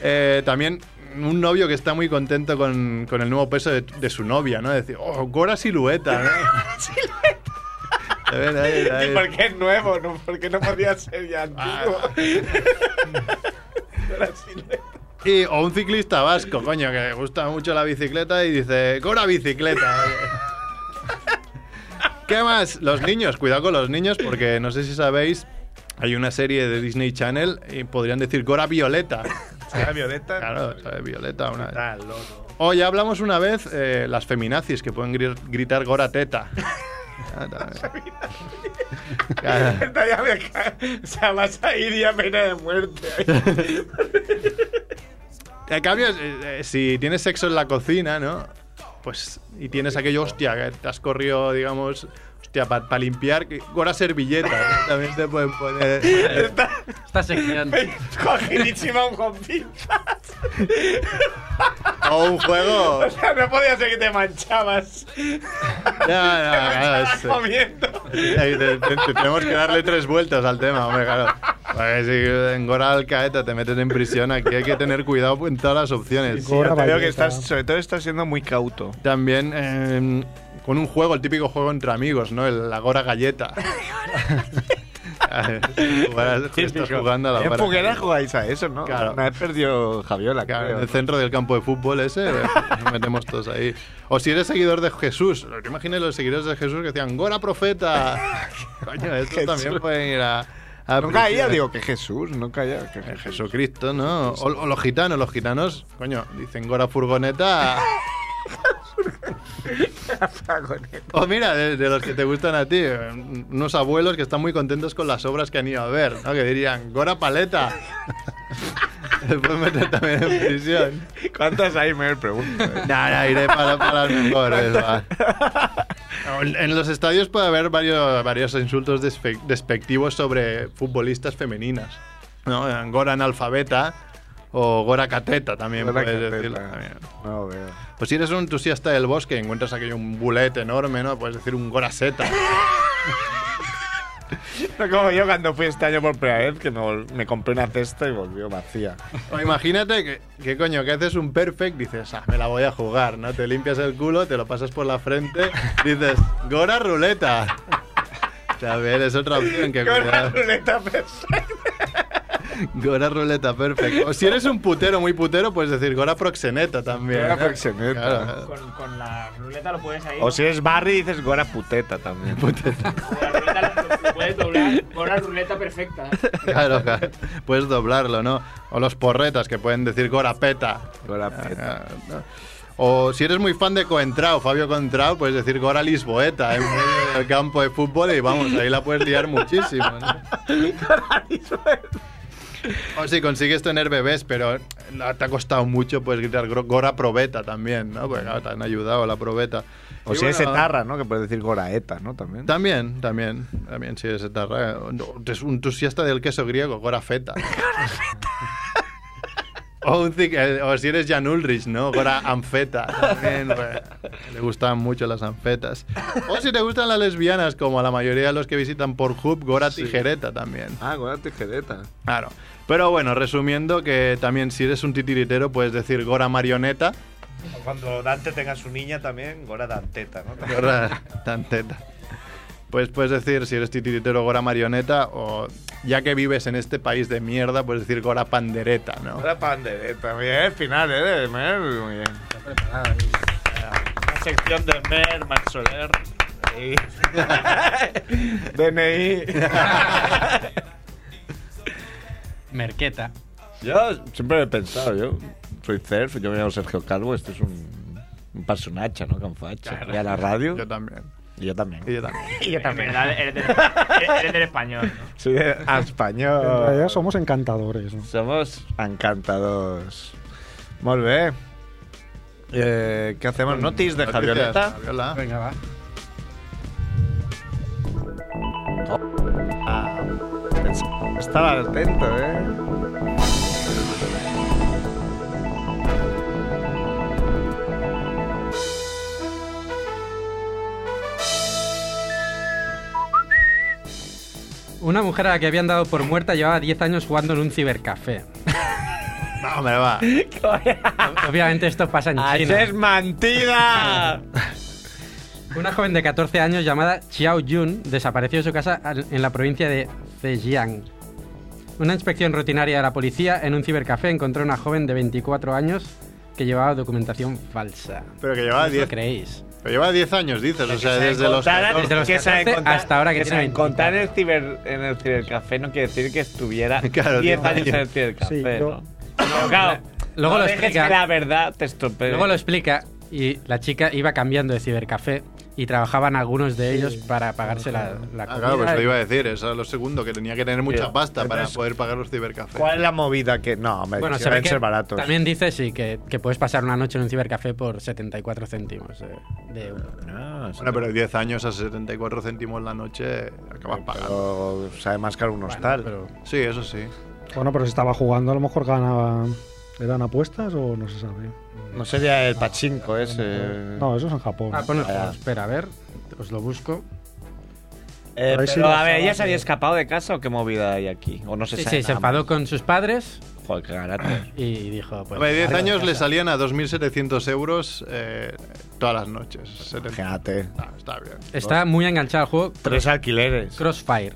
Speaker 10: Eh, también un novio que está muy contento con, con el nuevo peso de, de su novia, ¿no? Decir, oh, Gora silueta, ¿no? silueta. A ver, a ver, a
Speaker 1: ¿Y
Speaker 10: ver.
Speaker 1: por qué es nuevo? ¿no? ¿Por qué no podía ser ya antiguo?
Speaker 10: Ah.
Speaker 1: Gora Silvestre.
Speaker 10: Y- o un ciclista vasco, coño, que le gusta mucho la bicicleta y dice, Gora bicicleta. ¿Qué más? Los niños, cuidado con los niños porque no sé si sabéis, hay una serie de Disney Channel y podrían decir Gora Violeta.
Speaker 1: Gora Violeta.
Speaker 10: Claro, ¿sabes? Violeta, una
Speaker 1: Ah, loco.
Speaker 10: O ya hablamos una vez eh, las feminazis que pueden gri- gritar gora teta. Ah, también. Claro.
Speaker 1: Esta ya me ca- O sea, vas a ir ya pena de muerte.
Speaker 10: En cambio, eh, eh, si tienes sexo en la cocina, ¿no? Pues, y tienes aquello, hostia, que te has corrido, digamos, hostia, para limpiar, que- gora servilleta. ¿no? También te pueden poner. eh,
Speaker 1: Está
Speaker 3: Esta sección.
Speaker 1: cogidísima un con pinzas.
Speaker 10: O un juego.
Speaker 1: O sea, no podía ser que te manchabas.
Speaker 10: No, no, claro,
Speaker 1: Estabas
Speaker 10: es- eh,
Speaker 1: comiendo.
Speaker 10: Ahí te- te- te- tenemos que darle tres vueltas al tema, hombre, claro. Porque si en Gora Alcaeta te metes en prisión, aquí hay que tener cuidado en todas las opciones.
Speaker 4: Sí, Gora
Speaker 1: Yo te veo que
Speaker 4: Valleta.
Speaker 1: estás, sobre todo estás siendo muy cauto.
Speaker 10: También em, eh, con un juego, el típico juego entre amigos, ¿no? El Agora Galleta. Jugarás- estás jugando a la
Speaker 11: ¿En
Speaker 10: vara.
Speaker 11: Pokémon jugáis a eso, no?
Speaker 10: Claro.
Speaker 11: Una vez perdió Javiola,
Speaker 10: Claro,
Speaker 11: creo.
Speaker 10: en el centro del campo de fútbol ese, eh, nos metemos todos ahí. O si eres seguidor de Jesús, ¿no te imaginas los seguidores de Jesús que decían, ¡Gora profeta! Coño, estos también pueden ir a. a
Speaker 11: No caía,
Speaker 10: prisión.
Speaker 11: digo, que Jesús, no caía. Que
Speaker 10: Eh, Jesucristo, ¿no? O, o los gitanos, los gitanos, coño, dicen Gora furgoneta. O mira, de, de los que te gustan a ti, eh, unos abuelos que están muy contentos con las obras que han ido a ver, ¿no? Que dirían, Gora paleta. Después meter también en prisión.
Speaker 11: ¿Cuántas hay? Me pregunto. eh.
Speaker 10: No, no, iré para, para las mejores. va. En- En los estadios puede haber varios, varios insultos despe- despectivos sobre futbolistas femeninas. ¿no? Gora analfabeta o Gora cateta también
Speaker 11: Gora
Speaker 10: puedes
Speaker 11: cateta.
Speaker 10: decirlo también.
Speaker 11: No veo.
Speaker 10: Pues si eres un entusiasta del bosque y encuentras aquello un bulet enorme, ¿no? Puedes decir un Gora seta.
Speaker 11: No como yo cuando fui este año por primera vez, que me, vol- me compré una cesta y volvió vacía.
Speaker 10: O imagínate que, que coño, que haces un perfect, dices, ah, me la voy a jugar, ¿no? Te limpias el culo, te lo pasas por la frente, dices, Gora ruleta. A ver, es otra opción que cuidado.
Speaker 11: ruleta perfecta.
Speaker 10: Gora ruleta perfect. O si eres un putero muy putero, puedes decir Gora proxeneta también.
Speaker 11: Gora
Speaker 10: ¿no?
Speaker 11: proxeneta.
Speaker 10: Claro.
Speaker 7: Con, con la ruleta lo puedes ahí.
Speaker 11: O si eres Barry, dices Gora puteta también.
Speaker 7: lo puedes doblar con la ruleta perfecta. ¿eh?
Speaker 10: Claro, claro. Puedes doblarlo, ¿no? O los porretas que pueden decir Gora peta.
Speaker 11: Gora peta.
Speaker 10: Ah, ¿no? O si eres muy fan de Coentrao, Fabio Coentrao, puedes decir Gora Lisboeta en medio del campo de fútbol y vamos, ahí la puedes liar muchísimo. ¿no? O si consigues tener bebés, pero la- te ha costado mucho, puedes gritar "Gro- Gora Probeta también, ¿no? Porque claro, te han ayudado la Probeta.
Speaker 11: O
Speaker 10: Y
Speaker 11: si eres
Speaker 10: bueno,
Speaker 11: etarra, ¿no? Que puedes decir Gora eta, ¿no? También.
Speaker 10: También, también, también si eres etarra. eh, o- Es un entusiasta del queso griego, Gora Feta. O, un zic- eh, o si eres Jan Ulrich, ¿no? Gora Anfeta. También, pues, le gustan mucho las anfetas. O si te gustan las lesbianas, como a la mayoría de los que visitan por Hub, Gora
Speaker 11: Sí.
Speaker 10: Tijereta también.
Speaker 11: Ah, Gora tijereta.
Speaker 10: Claro. Pero bueno, resumiendo que también si eres un titiritero puedes decir Gora Marioneta.
Speaker 1: Cuando Dante tenga su niña también, Gora Danteta, ¿no?
Speaker 10: Gorra tan teta. Pues puedes decir, si eres titiritero, Gora Marioneta, o ya que vives en este país de mierda, puedes decir Gora Pandereta, ¿no?
Speaker 11: Gora pandereta. Muy bien, final, ¿eh? de Mer, Muy bien.
Speaker 1: Una sección de Mer, Max Soler. Sí.
Speaker 11: DNI.
Speaker 3: Merqueta.
Speaker 11: Yo siempre he pensado, yo soy surf, yo me llamo Sergio Calvo, este es un, un personaje, ¿no? Con facha.
Speaker 7: Claro.
Speaker 11: Y a la radio.
Speaker 10: Yo también.
Speaker 11: Y yo también.
Speaker 10: Y yo también.
Speaker 7: Y yo también. eres, del, eres- eres del español. ¿no?
Speaker 11: Soy de a
Speaker 4: En realidad
Speaker 11: español.
Speaker 4: somos encantadores. ¿no?
Speaker 11: Somos encantados. Molt bé. Eh, ¿Qué hacemos? ¿Notis de
Speaker 10: Noticias,
Speaker 11: Javioleta?
Speaker 10: Javiola.
Speaker 3: Venga, va.
Speaker 11: Ah, pens- estaba atento, ¿eh?
Speaker 3: Una mujer a la que habían dado por muerta llevaba 10 años jugando en un cibercafé.
Speaker 10: No, hombre, va.
Speaker 3: Obviamente esto pasa en
Speaker 11: ¡Això
Speaker 3: China.
Speaker 11: es mentida!
Speaker 3: Una joven de 14 años llamada Xiao Yun desapareció de su casa al- en la provincia de Zhejiang. Una inspección rutinaria de la policía en un cibercafé encontró a una joven de 24 años que llevaba documentación falsa.
Speaker 10: Pero que llevaba
Speaker 3: ¿No os lo
Speaker 10: 10
Speaker 3: creéis?
Speaker 10: pero lleva 10 años, dices, o sea,
Speaker 1: Que se
Speaker 10: desde los...
Speaker 1: encontrara-
Speaker 10: 14.
Speaker 3: desde los
Speaker 1: que se
Speaker 3: 14
Speaker 1: encontrara-
Speaker 3: hasta ahora que
Speaker 1: se
Speaker 3: tiene
Speaker 1: encontrara en el, ciber, en el cibercafé no quiere decir que estuviera
Speaker 10: Claro,
Speaker 1: 10
Speaker 10: tío.
Speaker 1: años en el cibercafé,
Speaker 4: Sí, yo-
Speaker 1: ¿no? Pero claro,
Speaker 3: Luego
Speaker 1: no
Speaker 3: lo
Speaker 1: dejes
Speaker 3: explica.
Speaker 1: que la verdad te estropee.
Speaker 3: Luego lo explica y la chica iba cambiando de cibercafé y trabajaban algunos de ellos para pagarse la, la
Speaker 10: Ah, claro, pues
Speaker 3: comida.
Speaker 10: te iba a decir, eso es lo segundo, que tenía que tener mucha pasta para poder pagar los cibercafés.
Speaker 11: ¿Cuál es la movida que.? No, me
Speaker 3: Bueno, se ve
Speaker 11: deben
Speaker 3: que
Speaker 11: ser baratos.
Speaker 3: también dice sí, que, que puedes pasar una noche en un cibercafé por 74 céntimos eh, de euro.
Speaker 11: Ah, sí.
Speaker 10: Bueno, pero 10 años a 74 céntimos la noche acabas pagando.
Speaker 11: Pero sabe más caro un hostal.
Speaker 10: Sí, eso sí.
Speaker 4: Bueno, pero si estaba jugando, a lo mejor ganaba. ¿Eran apuestas o no se sabe?
Speaker 11: No sería el pachinko ese.
Speaker 4: No, eso es en Japón.
Speaker 3: Ah,
Speaker 1: pues
Speaker 3: pon el juego,
Speaker 11: Ah.
Speaker 3: espera, a ver, os lo busco.
Speaker 1: Eh,
Speaker 4: A ver si
Speaker 1: pero,
Speaker 4: la
Speaker 1: a ver,
Speaker 4: chava
Speaker 1: ¿ella se había
Speaker 4: que-
Speaker 1: escapado de casa o qué movida hay aquí? O no se
Speaker 3: Sí,
Speaker 1: sabe
Speaker 3: sí, se
Speaker 1: nada
Speaker 3: enfadó con sus padres
Speaker 1: más? Joder, qué garante.
Speaker 3: y dijo, pues...
Speaker 10: A ver, 10
Speaker 3: salgo de
Speaker 10: años le
Speaker 3: casa.
Speaker 10: salían a 2.700 euros eh, todas las noches. 70.
Speaker 11: Fíjate.
Speaker 10: Está, está bien.
Speaker 3: Está muy enganchado al juego
Speaker 11: Tres alquileres.
Speaker 3: Crossfire.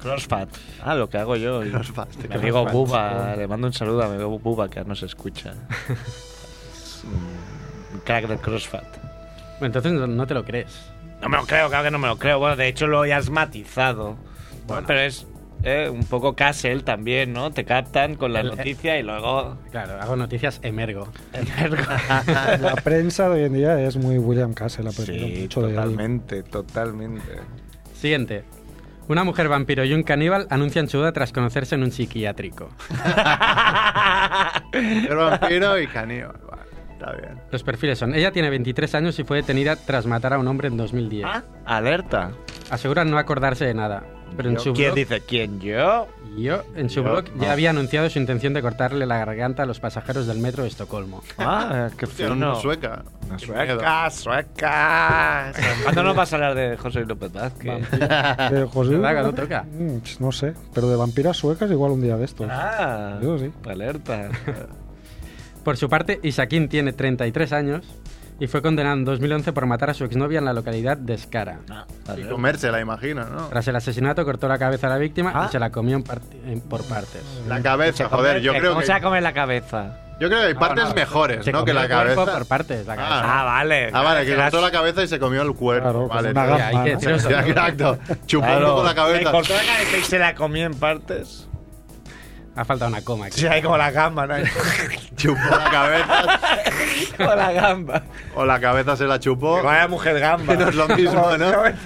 Speaker 11: Crossfat. Ah, lo que hago yo.
Speaker 10: Crossfat.
Speaker 11: Mi amigo
Speaker 1: Crossfat.
Speaker 11: Buba. Le mando un saludo a mi amigo Buba que nos escucha. Es un crack del Crossfat.
Speaker 3: Entonces no- no te lo crees.
Speaker 1: No me lo creo, claro que no me lo creo. Bueno, de hecho lo has matizado. Bueno, pero es eh, un poco Castle también, ¿no? Te captan con la
Speaker 3: El- eh,
Speaker 1: noticia y luego.
Speaker 3: Claro, hago noticias emergo.
Speaker 4: La prensa de hoy en día es muy William Castle, ha perdido
Speaker 11: Sí,
Speaker 4: mucho de él.
Speaker 11: totalmente, totalmente.
Speaker 3: Siguiente. Una mujer vampiro y un caníbal anuncian su boda tras conocerse en un psiquiátrico.
Speaker 10: El vampiro y caníbal. Vale, está bien.
Speaker 3: Los perfiles son: ella tiene 23 años y fue detenida tras matar a un hombre en 2010.
Speaker 10: Ah.
Speaker 11: Alerta.
Speaker 3: Aseguran no acordarse de nada. Pero en
Speaker 11: Yo-
Speaker 3: su
Speaker 11: ¿Quién
Speaker 3: blog,
Speaker 11: dice quién? ¿Yo?
Speaker 3: Yo, en su
Speaker 11: Yo,
Speaker 3: blog,
Speaker 11: no.
Speaker 3: ya había anunciado su intención de cortarle la garganta a los pasajeros del metro de Estocolmo.
Speaker 11: Ah, qué
Speaker 10: Hostia, una sueca. Qué miedo.
Speaker 11: Sueca, sueca.
Speaker 1: ¿Cuándo nos vas a hablar de José Luis López Vázquez?
Speaker 4: De José Luis
Speaker 1: ¿Verdad que no
Speaker 4: López?
Speaker 1: toca?
Speaker 4: Mm, No sé, pero de vampiras suecas igual un día de estos.
Speaker 1: Ah,
Speaker 4: Yo sí.
Speaker 1: alerta.
Speaker 3: Por su parte, Isaquín tiene 33 años y fue condenado en 2011 por matar a su exnovia en la localidad de Skara.
Speaker 10: Y comérsela, imagino, ¿no?
Speaker 3: Tras el asesinato, cortó la cabeza a la víctima
Speaker 10: Ah.
Speaker 3: y se la comió en par- en- por partes.
Speaker 10: La cabeza, joder, yo creo
Speaker 1: Eh, ¿Cómo
Speaker 10: que.
Speaker 1: se va a comer la cabeza?
Speaker 10: Yo creo que hay partes mejores,
Speaker 3: se
Speaker 10: ¿no? Que
Speaker 3: comió
Speaker 10: la
Speaker 3: el cuerpo
Speaker 10: cabeza.
Speaker 3: por partes, la cabeza.
Speaker 1: Ah, vale.
Speaker 10: Ah, vale, que
Speaker 1: Serás-
Speaker 10: cortó la cabeza y se comió el cuerpo.
Speaker 4: Claro,
Speaker 10: vale,
Speaker 4: pues una
Speaker 10: tío.
Speaker 4: gamba,
Speaker 10: Ya,
Speaker 4: ¿no?
Speaker 10: ya, Exacto. Chupó un
Speaker 1: Claro.
Speaker 10: poco la cabeza.
Speaker 1: Me cortó la cabeza y se la comí en partes.
Speaker 3: Ha faltado una coma aquí.
Speaker 1: Sí, hay como la gamba, ¿no?
Speaker 10: Chupó la cabeza.
Speaker 1: como la gamba.
Speaker 10: o la cabeza se la chupó.
Speaker 1: Vaya mujer gamba.
Speaker 10: No es lo mismo, ¿no? es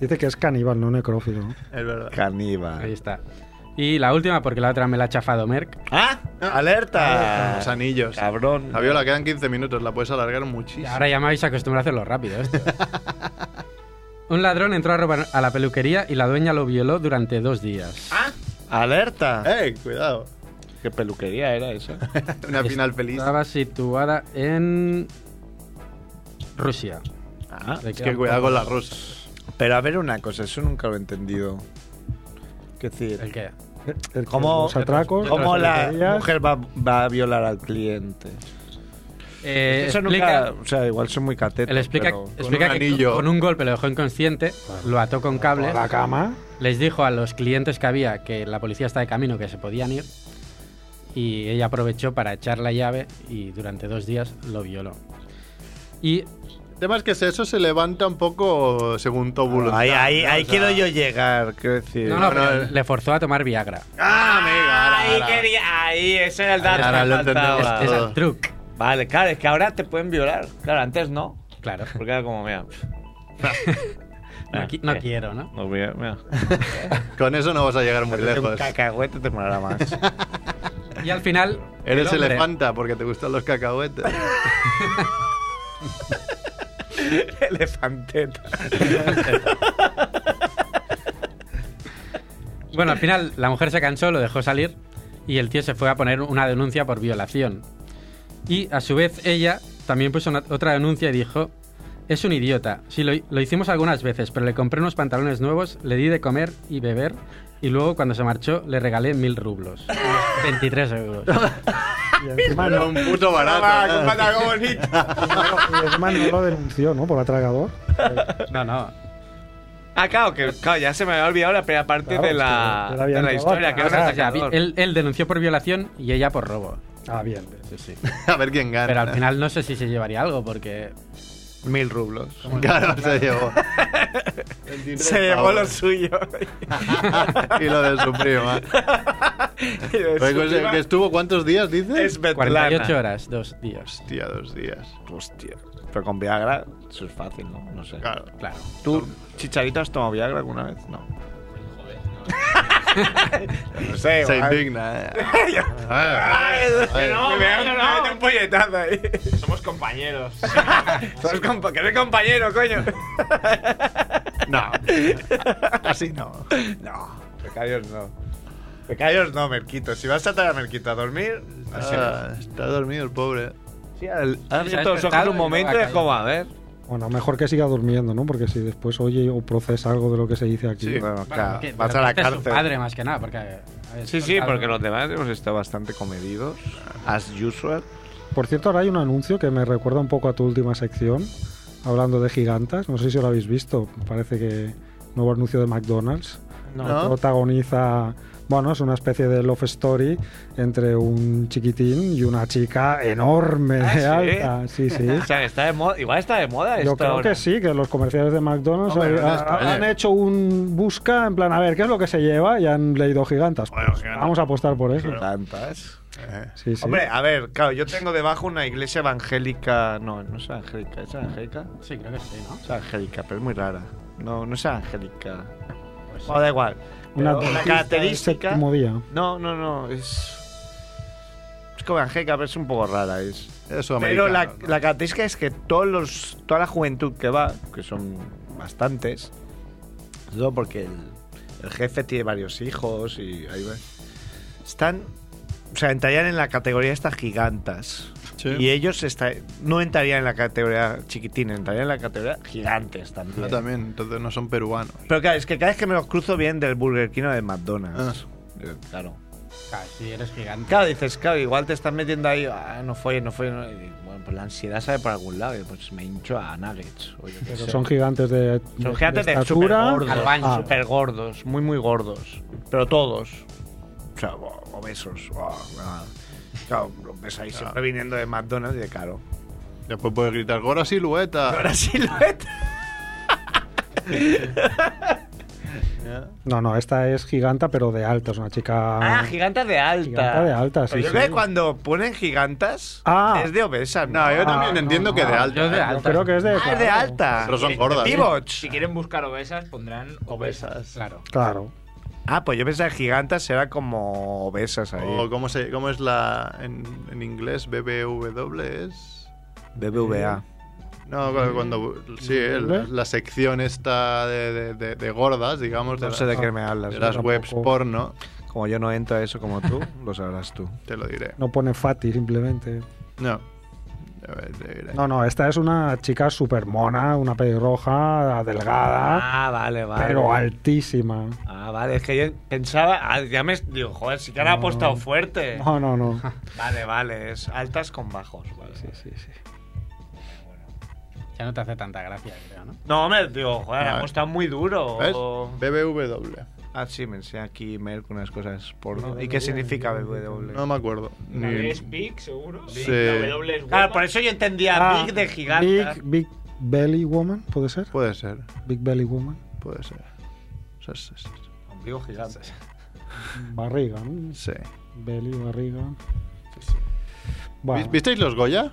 Speaker 4: Dice que es caníbal, no necrófilo. ¿no?
Speaker 10: verdad.
Speaker 3: Ahí
Speaker 11: Caníbal.
Speaker 3: está. Y la última, porque la otra me la ha chafado Merck.
Speaker 1: ¡Ah! ¡Alerta!
Speaker 10: Los anillos.
Speaker 1: Cabrón.
Speaker 10: Fabiola, quedan 15 minutos, la puedes alargar
Speaker 3: Y
Speaker 10: muchísimo.
Speaker 3: Ahora ya me habéis acostumbrado a hacerlo rápido esto. Un ladrón entró a robar a la peluquería y la dueña lo violó durante dos días.
Speaker 10: Ah.
Speaker 11: Alerta.
Speaker 10: ¡Ey, cuidado!
Speaker 11: ¿Qué peluquería era esa?
Speaker 10: Una final feliz.
Speaker 3: Estaba situada en Rusia.
Speaker 11: Ah,
Speaker 3: Le
Speaker 10: Es
Speaker 3: queda
Speaker 10: que
Speaker 3: un
Speaker 10: cuidado
Speaker 3: poco-
Speaker 10: con las rusas.
Speaker 11: pero a ver una cosa, eso nunca lo he entendido. ¿Qué decir?
Speaker 3: ¿El qué?
Speaker 4: El que
Speaker 11: ¿Cómo-
Speaker 4: los atracos,
Speaker 11: ¿Cómo
Speaker 4: las
Speaker 11: la
Speaker 4: peluquerías,
Speaker 11: mujer va, va a violar al cliente?
Speaker 3: Eh,
Speaker 11: eso
Speaker 3: explica-
Speaker 11: nunca. O sea, igual son muy catetos.
Speaker 3: Él explica,
Speaker 11: pero-
Speaker 3: explica
Speaker 10: un
Speaker 3: que
Speaker 10: anillo.
Speaker 3: con un golpe lo dejó inconsciente, lo ató con cables,
Speaker 4: a la cama?
Speaker 3: les dijo a los clientes que había que la policía está de camino, que se podían ir, y ella aprovechó para echar la llave y durante dos días lo violó. Y
Speaker 10: El tema es que eso se levanta un poco según tu voluntad.
Speaker 11: Ahí, ahí,
Speaker 10: ¿no?
Speaker 11: ahí
Speaker 10: O sea-
Speaker 11: quiero yo llegar, quiero
Speaker 1: Eh,
Speaker 11: decir.
Speaker 3: no, no,
Speaker 10: no,
Speaker 3: pero
Speaker 10: no.
Speaker 3: le forzó a tomar Viagra.
Speaker 10: ¡Ah, amiga! ahora,
Speaker 1: Ahí
Speaker 10: ahora.
Speaker 1: quería. Ahí, ese era el dato
Speaker 10: Ahora
Speaker 1: que
Speaker 10: lo
Speaker 1: faltaba.
Speaker 10: entendemos.
Speaker 3: Es
Speaker 10: todo.
Speaker 3: el truc.
Speaker 1: Vale, claro, es que ahora te pueden violar. Claro, antes no.
Speaker 3: Claro.
Speaker 1: Porque era como, mira.
Speaker 3: No, qui- no quiero, ¿no?
Speaker 1: No voy a. Mira.
Speaker 10: Con eso no vas a llegar muy
Speaker 1: Un
Speaker 10: lejos.
Speaker 1: cacahuete te molará más.
Speaker 3: Y al final. el
Speaker 10: Eres
Speaker 3: hombre-
Speaker 10: elefanta porque te gustan los cacahuetes.
Speaker 1: Elefanteta.
Speaker 3: Bueno, al final la mujer se cansó, lo dejó salir y el tío se fue a poner una denuncia por violación. Y a su vez ella también puso una- otra denuncia y dijo, es un idiota, sí lo, hi- lo hicimos algunas veces, pero le compré unos pantalones nuevos, le di de comer y beber y luego cuando se marchó le regalé mil rublos. 23 euros.
Speaker 4: Y encima,
Speaker 10: Era
Speaker 4: no,
Speaker 10: un puto barato. ¿no?
Speaker 4: y encima no lo denunció, ¿no? Por atragador.
Speaker 3: No, no.
Speaker 1: Ah, claro, que claro, ya se me había olvidado la primera parte
Speaker 4: Claro,
Speaker 1: de
Speaker 4: es
Speaker 1: la,
Speaker 4: que ya la
Speaker 1: de
Speaker 4: habían
Speaker 1: la historia,
Speaker 4: robado.
Speaker 1: que era un
Speaker 4: Ah,
Speaker 3: O sea,
Speaker 1: atracador.
Speaker 3: él, él denunció por violación y ella por robo.
Speaker 4: Ah, bien.
Speaker 10: A ver quién gana.
Speaker 3: Pero al final no sé si se llevaría algo porque...
Speaker 11: Mil rublos.
Speaker 10: Claro, se llevó.
Speaker 1: Se llevó lo suyo.
Speaker 10: y lo de su prima.
Speaker 1: Y de su
Speaker 10: Oye,
Speaker 1: prima
Speaker 10: que estuvo cuántos días,
Speaker 1: Es
Speaker 10: dices?
Speaker 1: Svetlana.
Speaker 3: 48 horas, dos días.
Speaker 10: Hostia, dos días.
Speaker 11: Hostia. Pero con Viagra, eso es fácil, ¿no? No sé.
Speaker 10: Claro.
Speaker 3: Claro.
Speaker 11: ¿Tú, Chicharito, has tomado Viagra alguna vez? No.
Speaker 1: No sé,
Speaker 10: Se
Speaker 1: igual.
Speaker 10: indigna, eh. Ah, Ay, ay.
Speaker 1: No, me da- me mete un puñetazo ahí.
Speaker 7: Somos compañeros.
Speaker 1: Sos compa- que soy compañero, coño.
Speaker 10: No. Así no.
Speaker 1: No, becarios no. Becarios no, Merquito. Si vas a traer a Merquito a dormir, así no.
Speaker 10: Ah, está dormido el pobre.
Speaker 1: Sí, al- has
Speaker 3: Sí, se
Speaker 1: abierto
Speaker 3: ha
Speaker 1: los ojos
Speaker 3: despertado
Speaker 1: un
Speaker 3: y luego ha
Speaker 1: momento y es
Speaker 3: caído.
Speaker 1: como, a ver.
Speaker 4: Bueno, mejor que siga durmiendo, ¿no? Porque si después oye o procesa algo de lo que se dice aquí.
Speaker 10: Sí.
Speaker 11: Bueno,
Speaker 3: Bueno,
Speaker 11: claro.
Speaker 3: que-
Speaker 11: Vas
Speaker 3: pero
Speaker 11: a la
Speaker 3: este es su
Speaker 11: cárcel.
Speaker 3: padre más que nada, porque... eh, es
Speaker 1: Sí, sí,
Speaker 3: tocado.
Speaker 1: porque los demás hemos estado bastante comedidos.
Speaker 11: As usual.
Speaker 4: Por cierto, ahora hay un anuncio que me recuerda un poco a tu última sección, hablando de gigantas. No sé si lo habéis visto. Parece que nuevo anuncio de McDonald's.
Speaker 10: No.
Speaker 4: Protagoniza. Bueno, es una especie de love story entre un chiquitín y una chica enorme de alta. Sí, sí.
Speaker 1: O sea, que Ah, está de moda. Igual está de moda esto
Speaker 4: Yo creo
Speaker 1: ahora.
Speaker 4: que sí, que los comerciales de McDonald's
Speaker 1: Hombre,
Speaker 4: ha-
Speaker 1: ¿dónde
Speaker 4: ha-
Speaker 1: está?
Speaker 4: han hecho un busca en plan, a ver, ¿qué es lo que se lleva? Y han leído gigantas. Pues, vamos a apostar por eso.
Speaker 11: Tantas.
Speaker 4: Sí, sí.
Speaker 1: Eh. Hombre, a ver, claro, yo tengo debajo una iglesia evangélica. No, no es evangélica, ¿es evangélica?
Speaker 3: Sí, creo que sí, ¿no?
Speaker 1: Es evangélica, pero es muy rara. No, no es evangélica. Bueno, da igual. Pero la
Speaker 4: Una adventista del
Speaker 1: característica.
Speaker 4: séptimo día.
Speaker 1: No, no, no, es. Es como evangélica, pero es un poco rara. Es, pero la,
Speaker 10: sudamericana,
Speaker 1: la característica es que todos los, toda la juventud que va, que son bastantes, sobre todo porque el, el jefe tiene varios hijos y ahí va. Están. O sea, entrarían en la categoría estas gigantas. Y ellos está- no entrarían en la categoría chiquitín, entrarían en la categoría gigantes también.
Speaker 10: Yo también, entonces no son peruanos.
Speaker 1: Pero claro, es que cada vez que me los cruzo bien del Burger King o del McDonald's. Eh, Claro.
Speaker 3: Casi eres gigante.
Speaker 1: Claro, dices, claro, igual te estás metiendo ahí, ah, no fue, no fue. bueno, pues la ansiedad sale por algún lado, y pues me hincho a nuggets. o yo qué
Speaker 4: Pero
Speaker 1: sé.
Speaker 4: son gigantes de.
Speaker 1: Son gigantes de súper
Speaker 4: estatura.
Speaker 1: gordos,
Speaker 4: Al baño.
Speaker 1: súper gordos, muy, muy gordos. Pero todos. O sea, bo- obesos. bo- ah. Claro, los ves ahí siempre viniendo de McDonald's y de caro.
Speaker 10: Después puedes gritar, ¡Gora silueta!
Speaker 1: ¡Gora silueta!
Speaker 4: No, no, esta es giganta, pero de alta. Es una chica.
Speaker 1: Ah, gigantas de alta.
Speaker 4: Giganta de alta, sí,
Speaker 1: Pero yo
Speaker 4: sí.
Speaker 1: creo que cuando ponen gigantas
Speaker 4: Ah.
Speaker 1: es de obesa.
Speaker 10: No, yo también entiendo que de alta.
Speaker 4: Yo de alta. creo que es de-
Speaker 1: Ah, es de
Speaker 4: claro.
Speaker 1: alta.
Speaker 10: Pero son
Speaker 1: De-
Speaker 10: gordas,
Speaker 1: de
Speaker 10: ¿eh?
Speaker 1: Pivots.
Speaker 7: Si quieren buscar obesas, pondrán obesas. Claro.
Speaker 4: Claro.
Speaker 1: Ah, pues yo pensaba que gigantas era como obesas ahí.
Speaker 10: O ¿cómo, se, ¿Cómo es la. En, en inglés, BBW es.
Speaker 1: BBVA.
Speaker 10: No,
Speaker 1: Mm.
Speaker 10: cu- cuando. Sí, eh, la, la sección esta de, de- de- de gordas, digamos.
Speaker 1: No
Speaker 10: la-
Speaker 1: sé de qué me hablas.
Speaker 10: De las
Speaker 1: yo
Speaker 10: webs
Speaker 1: tampoco.
Speaker 10: porno.
Speaker 1: Como yo no entro a eso como tú, lo sabrás tú.
Speaker 10: Te lo diré.
Speaker 4: No pone Fati, simplemente.
Speaker 10: No. A ver, te diré.
Speaker 4: No, no, esta es una chica súper mona, una pelirroja, delgada,
Speaker 1: Ah, vale, vale.
Speaker 4: pero altísima.
Speaker 1: Ah, vale, es que yo pensaba. ah, ya me. Digo, joder, si que han
Speaker 4: No,
Speaker 1: apostado
Speaker 4: no.
Speaker 1: fuerte.
Speaker 4: No, no, no.
Speaker 1: Vale, vale, es altas con bajos. Vale.
Speaker 4: Sí, sí, sí.
Speaker 3: Ya no te hace tanta gracia, creo, ¿no?
Speaker 1: No, hombre, digo, joder,
Speaker 10: Vale.
Speaker 1: ha apostado muy duro.
Speaker 10: ¿Ves?
Speaker 1: o-
Speaker 10: BBW.
Speaker 1: Ah, sí, me enseña aquí Merck unas cosas porno. ¿Y qué significa BBW?
Speaker 10: No me acuerdo.
Speaker 7: La
Speaker 10: Ni-
Speaker 7: B es big, seguro.
Speaker 10: Sí.
Speaker 7: La W es
Speaker 1: Claro,
Speaker 7: guapa.
Speaker 1: por eso yo entendía
Speaker 4: Ah,
Speaker 1: Big de gigante.
Speaker 4: Big, Big Belly Woman, ¿puede ser?
Speaker 10: Puede ser,
Speaker 4: Big Belly Woman.
Speaker 10: puede ser. O sea, es- es-
Speaker 1: Ombligo gigante.
Speaker 4: Barriga, ¿no?
Speaker 10: Sí.
Speaker 4: Belly, barriga. Bueno,
Speaker 10: ¿Vis- ¿Visteis los Goya?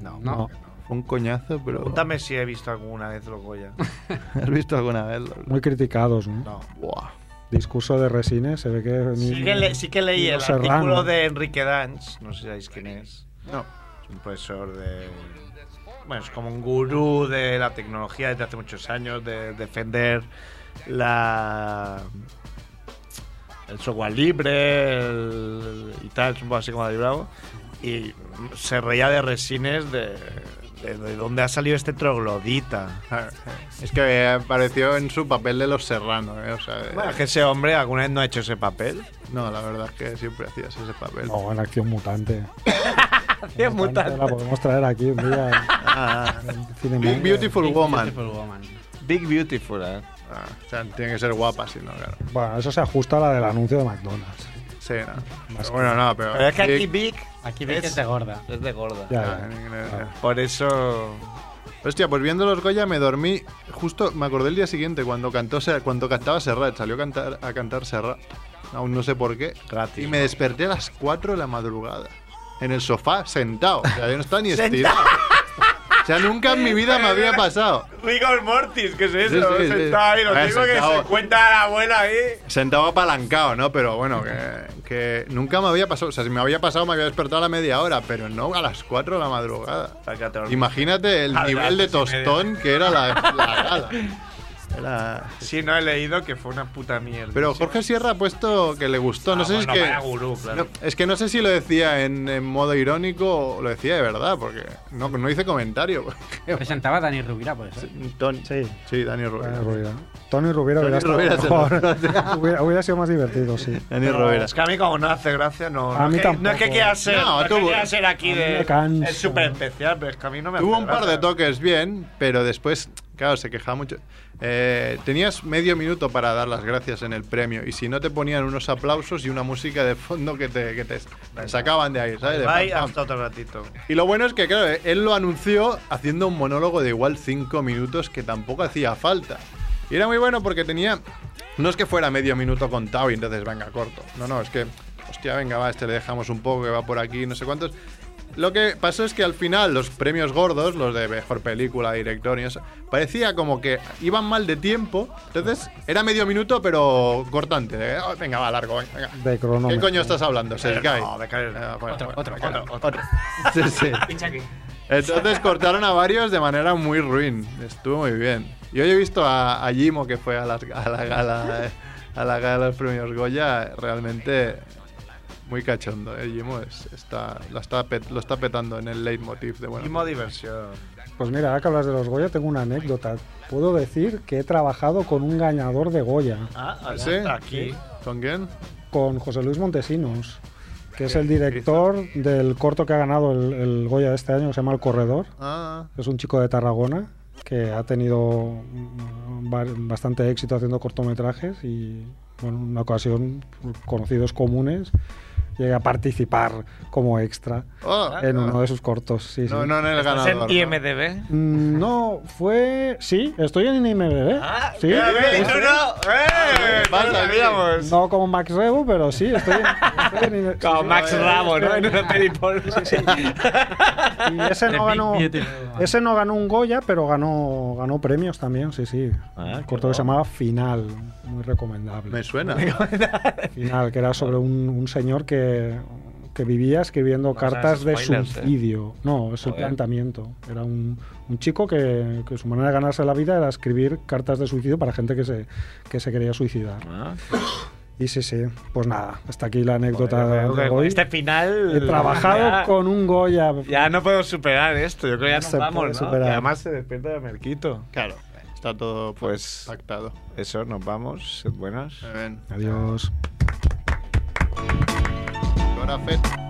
Speaker 3: No.
Speaker 4: no.
Speaker 10: Fue un coñazo, pero.
Speaker 1: Pregúntame si he visto alguna vez los Goya.
Speaker 10: ¿Has visto alguna vez? los-
Speaker 4: Muy criticados, ¿no?
Speaker 1: No.
Speaker 10: Buah.
Speaker 4: Discurso de Resines, se ve que... ni-
Speaker 1: Sí que, le- sí que leí
Speaker 4: ni
Speaker 1: el
Speaker 4: los Serrano.
Speaker 1: artículo de Enrique Danz, no sé si sabéis quién es.
Speaker 10: No.
Speaker 1: Es un profesor de. Bueno, es como un gurú de la tecnología desde hace muchos años, de defender la. el software libre el- y tal, es un poco así como David Bravo. Y se reía de resines de. de, de dónde ha salido este troglodita.
Speaker 10: A ver, Es que apareció en su papel de los serranos, ¿eh? O sea, eh,
Speaker 1: Bueno, que ese hombre alguna vez no ha hecho ese papel.
Speaker 10: no, la verdad es que siempre hacías ese papel.
Speaker 4: No, en Acción Mutante.
Speaker 1: Hacía mutante.
Speaker 4: La podemos traer aquí un día.
Speaker 10: Ah,
Speaker 4: en Cine
Speaker 10: Big
Speaker 4: Manga.
Speaker 10: Beautiful Woman.
Speaker 3: Beautiful Woman.
Speaker 1: Big Beautiful, eh.
Speaker 10: Ah, o sea, tiene que ser guapa, si no, claro.
Speaker 4: Bueno, eso se ajusta a la del anuncio de McDonald's.
Speaker 10: Sí, no. Pero bueno, no, pero.
Speaker 1: Pero es que aquí
Speaker 10: Big-
Speaker 1: Big
Speaker 3: Aquí ves que es de gorda.
Speaker 1: es de gorda.
Speaker 4: Ya,
Speaker 10: Ah,
Speaker 4: ya.
Speaker 10: en inglés, ya.
Speaker 1: Por eso.
Speaker 10: Hostia, pues viendo los Goya me dormí. Justo me acordé el día siguiente cuando cantó Ser- cuando cantaba Serrat, salió a cantar, a cantar Serrat. Aún no sé por qué.
Speaker 1: Gratis.
Speaker 10: Y me desperté a las 4 de la madrugada. En el sofá, sentado. O sea, yo no estaba ni estirado. O sea, nunca en mi vida me había pasado.
Speaker 1: Rigor mortis, ¿qué es
Speaker 10: Sí,
Speaker 1: eso?
Speaker 10: sí, sí.
Speaker 1: Sentado ahí, lo
Speaker 10: Ah,
Speaker 1: mismo que
Speaker 10: sentado.
Speaker 1: se cuenta la abuela ahí.
Speaker 10: Sentado apalancado, ¿no? Pero bueno, que, que nunca me había pasado. O sea, si me había pasado me había despertado a la media hora, pero no a las 4 de la madrugada. Imagínate el
Speaker 1: A las
Speaker 10: nivel de
Speaker 1: dos y media.
Speaker 10: tostón que era la, la gala. Era...
Speaker 1: Sí, no he leído que fue una puta mierda.
Speaker 10: Pero Jorge Sierra ha puesto que le gustó. No
Speaker 1: Ah,
Speaker 10: sé si
Speaker 1: bueno,
Speaker 10: es que.
Speaker 1: vaya gurú, claro.
Speaker 10: no, es que no sé si lo decía en, en modo irónico o lo decía de verdad, porque no, no hice comentario.
Speaker 3: Presentaba a Dani Rubira, puede ser.
Speaker 10: Tony.
Speaker 4: Sí.
Speaker 10: Sí, Dani Rovira.
Speaker 4: Tony Rovira. Tony Rovira
Speaker 10: Tony
Speaker 4: hubiera estado
Speaker 10: Rovira se
Speaker 4: mejor.
Speaker 10: lo-
Speaker 4: hubiera, hubiera sido más divertido, sí.
Speaker 10: Dani
Speaker 1: No,
Speaker 10: Rovira.
Speaker 1: Es que a mí, como no hace gracia, no.
Speaker 4: A
Speaker 1: no
Speaker 4: mí
Speaker 1: es que,
Speaker 4: tampoco.
Speaker 1: No es que quiera ser,
Speaker 10: No,
Speaker 1: no, es que
Speaker 10: tú-
Speaker 1: quiera ser aquí
Speaker 4: a mí me
Speaker 1: de.
Speaker 4: cansa.
Speaker 1: Es súper especial, pero es que a mí no me
Speaker 10: Tuvo
Speaker 1: hace
Speaker 10: un par de
Speaker 1: gracia.
Speaker 10: toques bien, pero después Claro, se quejaba mucho. Eh, tenías medio minuto para dar las gracias en el premio y si no te ponían unos aplausos y una música de fondo que te, que te sacaban de ahí, ¿sabes? De
Speaker 12: Bye,
Speaker 10: pam, pam.
Speaker 12: hasta otro ratito.
Speaker 10: Y lo bueno es que, claro, él lo anunció haciendo un monólogo de igual 5 minutos que tampoco hacía falta. Y era muy bueno porque tenía. No es que fuera medio minuto contado y entonces venga corto. No, no, es que. Hostia, venga, va, este le dejamos un poco, que va por aquí, no sé cuántos. Lo que pasó es que al final los premios gordos, los de mejor película, director y eso, parecía como que iban mal de tiempo. Entonces era medio minuto, pero cortante. de, "Oh, venga, va, largo, venga, venga".
Speaker 4: De
Speaker 10: ¿Qué
Speaker 4: cronómetro.
Speaker 10: coño estás hablando, Sergay?
Speaker 12: No, Beccaria no.
Speaker 10: Ah, bueno,
Speaker 12: Otro,
Speaker 10: bueno,
Speaker 12: otro,
Speaker 10: Beccaria
Speaker 12: otro,
Speaker 10: no.
Speaker 12: otro.
Speaker 10: Sí, sí.
Speaker 12: Pincha aquí.
Speaker 10: Entonces cortaron a varios de manera muy ruin. Estuvo muy bien. Yo he visto a, a Jimo que fue a, las- a la gala eh, a la gala de los premios Goya realmente muy cachondo. eh. Jimo es- está, lo, está pet- lo está petando en el leitmotiv de bueno.
Speaker 12: Jimo diversión.
Speaker 4: Pues mira, ahora que hablas de los Goya, tengo una anécdota. Puedo decir que he trabajado con un gañador de Goya,
Speaker 12: Ah,
Speaker 10: ¿Sí?
Speaker 12: aquí.
Speaker 10: ¿Con quién?
Speaker 4: con José Luis Montesinos, que es el director del corto que ha ganado el, el Goya de este año, que se llama El Corredor.
Speaker 10: Ah,
Speaker 4: Es un chico de Tarragona que ha tenido mm, ba- bastante éxito haciendo cortometrajes y bueno, en una ocasión por conocidos comunes llegué a participar como extra
Speaker 10: Oh.
Speaker 4: en uno de ¿eh? sus cortos. Sí, sí.
Speaker 1: ¿Estás en IMDB?
Speaker 4: Mm, No, fue. Sí, estoy en IMDb. sí.
Speaker 1: mira, mira,
Speaker 4: sí,
Speaker 1: tú
Speaker 4: sí.
Speaker 1: no. ¡Eh!
Speaker 4: Vale,
Speaker 1: No lo sabíamos.
Speaker 4: No como Max Rebo, pero sí, estoy en, estoy en IMDb.
Speaker 1: Como Max Rabo, ¿no? En una peli porno.
Speaker 4: Y ese no ganó. Ese no ganó un Goya, pero ganó, ganó premios también, sí, sí. un corto que se llamaba Final, muy recomendable.
Speaker 10: me suena.
Speaker 4: Final, que era sobre un, un señor que, que vivía escribiendo
Speaker 10: seas
Speaker 4: cartas de
Speaker 10: spoilers, eh.
Speaker 4: suicidio. No, es el
Speaker 10: Joder.
Speaker 4: planteamiento. Era un, un chico que, que su manera de ganarse la vida era escribir cartas de suicidio para gente que se, que se quería suicidar. Y sí, sí. Pues nada, hasta aquí la anécdota
Speaker 1: Creo que
Speaker 4: de
Speaker 1: con
Speaker 4: hoy.
Speaker 1: Este final.
Speaker 4: He trabajado
Speaker 1: ya-
Speaker 4: con un Goya.
Speaker 1: Ya no podemos superar esto. Yo creo que ya
Speaker 4: No
Speaker 1: nos
Speaker 4: se
Speaker 1: vamos,
Speaker 4: puede
Speaker 1: ¿no?
Speaker 4: superar.
Speaker 1: Que además se despierta de Merquito.
Speaker 10: Claro. Está todo
Speaker 1: pues
Speaker 10: pactado.
Speaker 1: Eso, nos vamos. Sed buenas.
Speaker 10: Muy bien.
Speaker 4: Adiós.
Speaker 10: Ahora, Fed.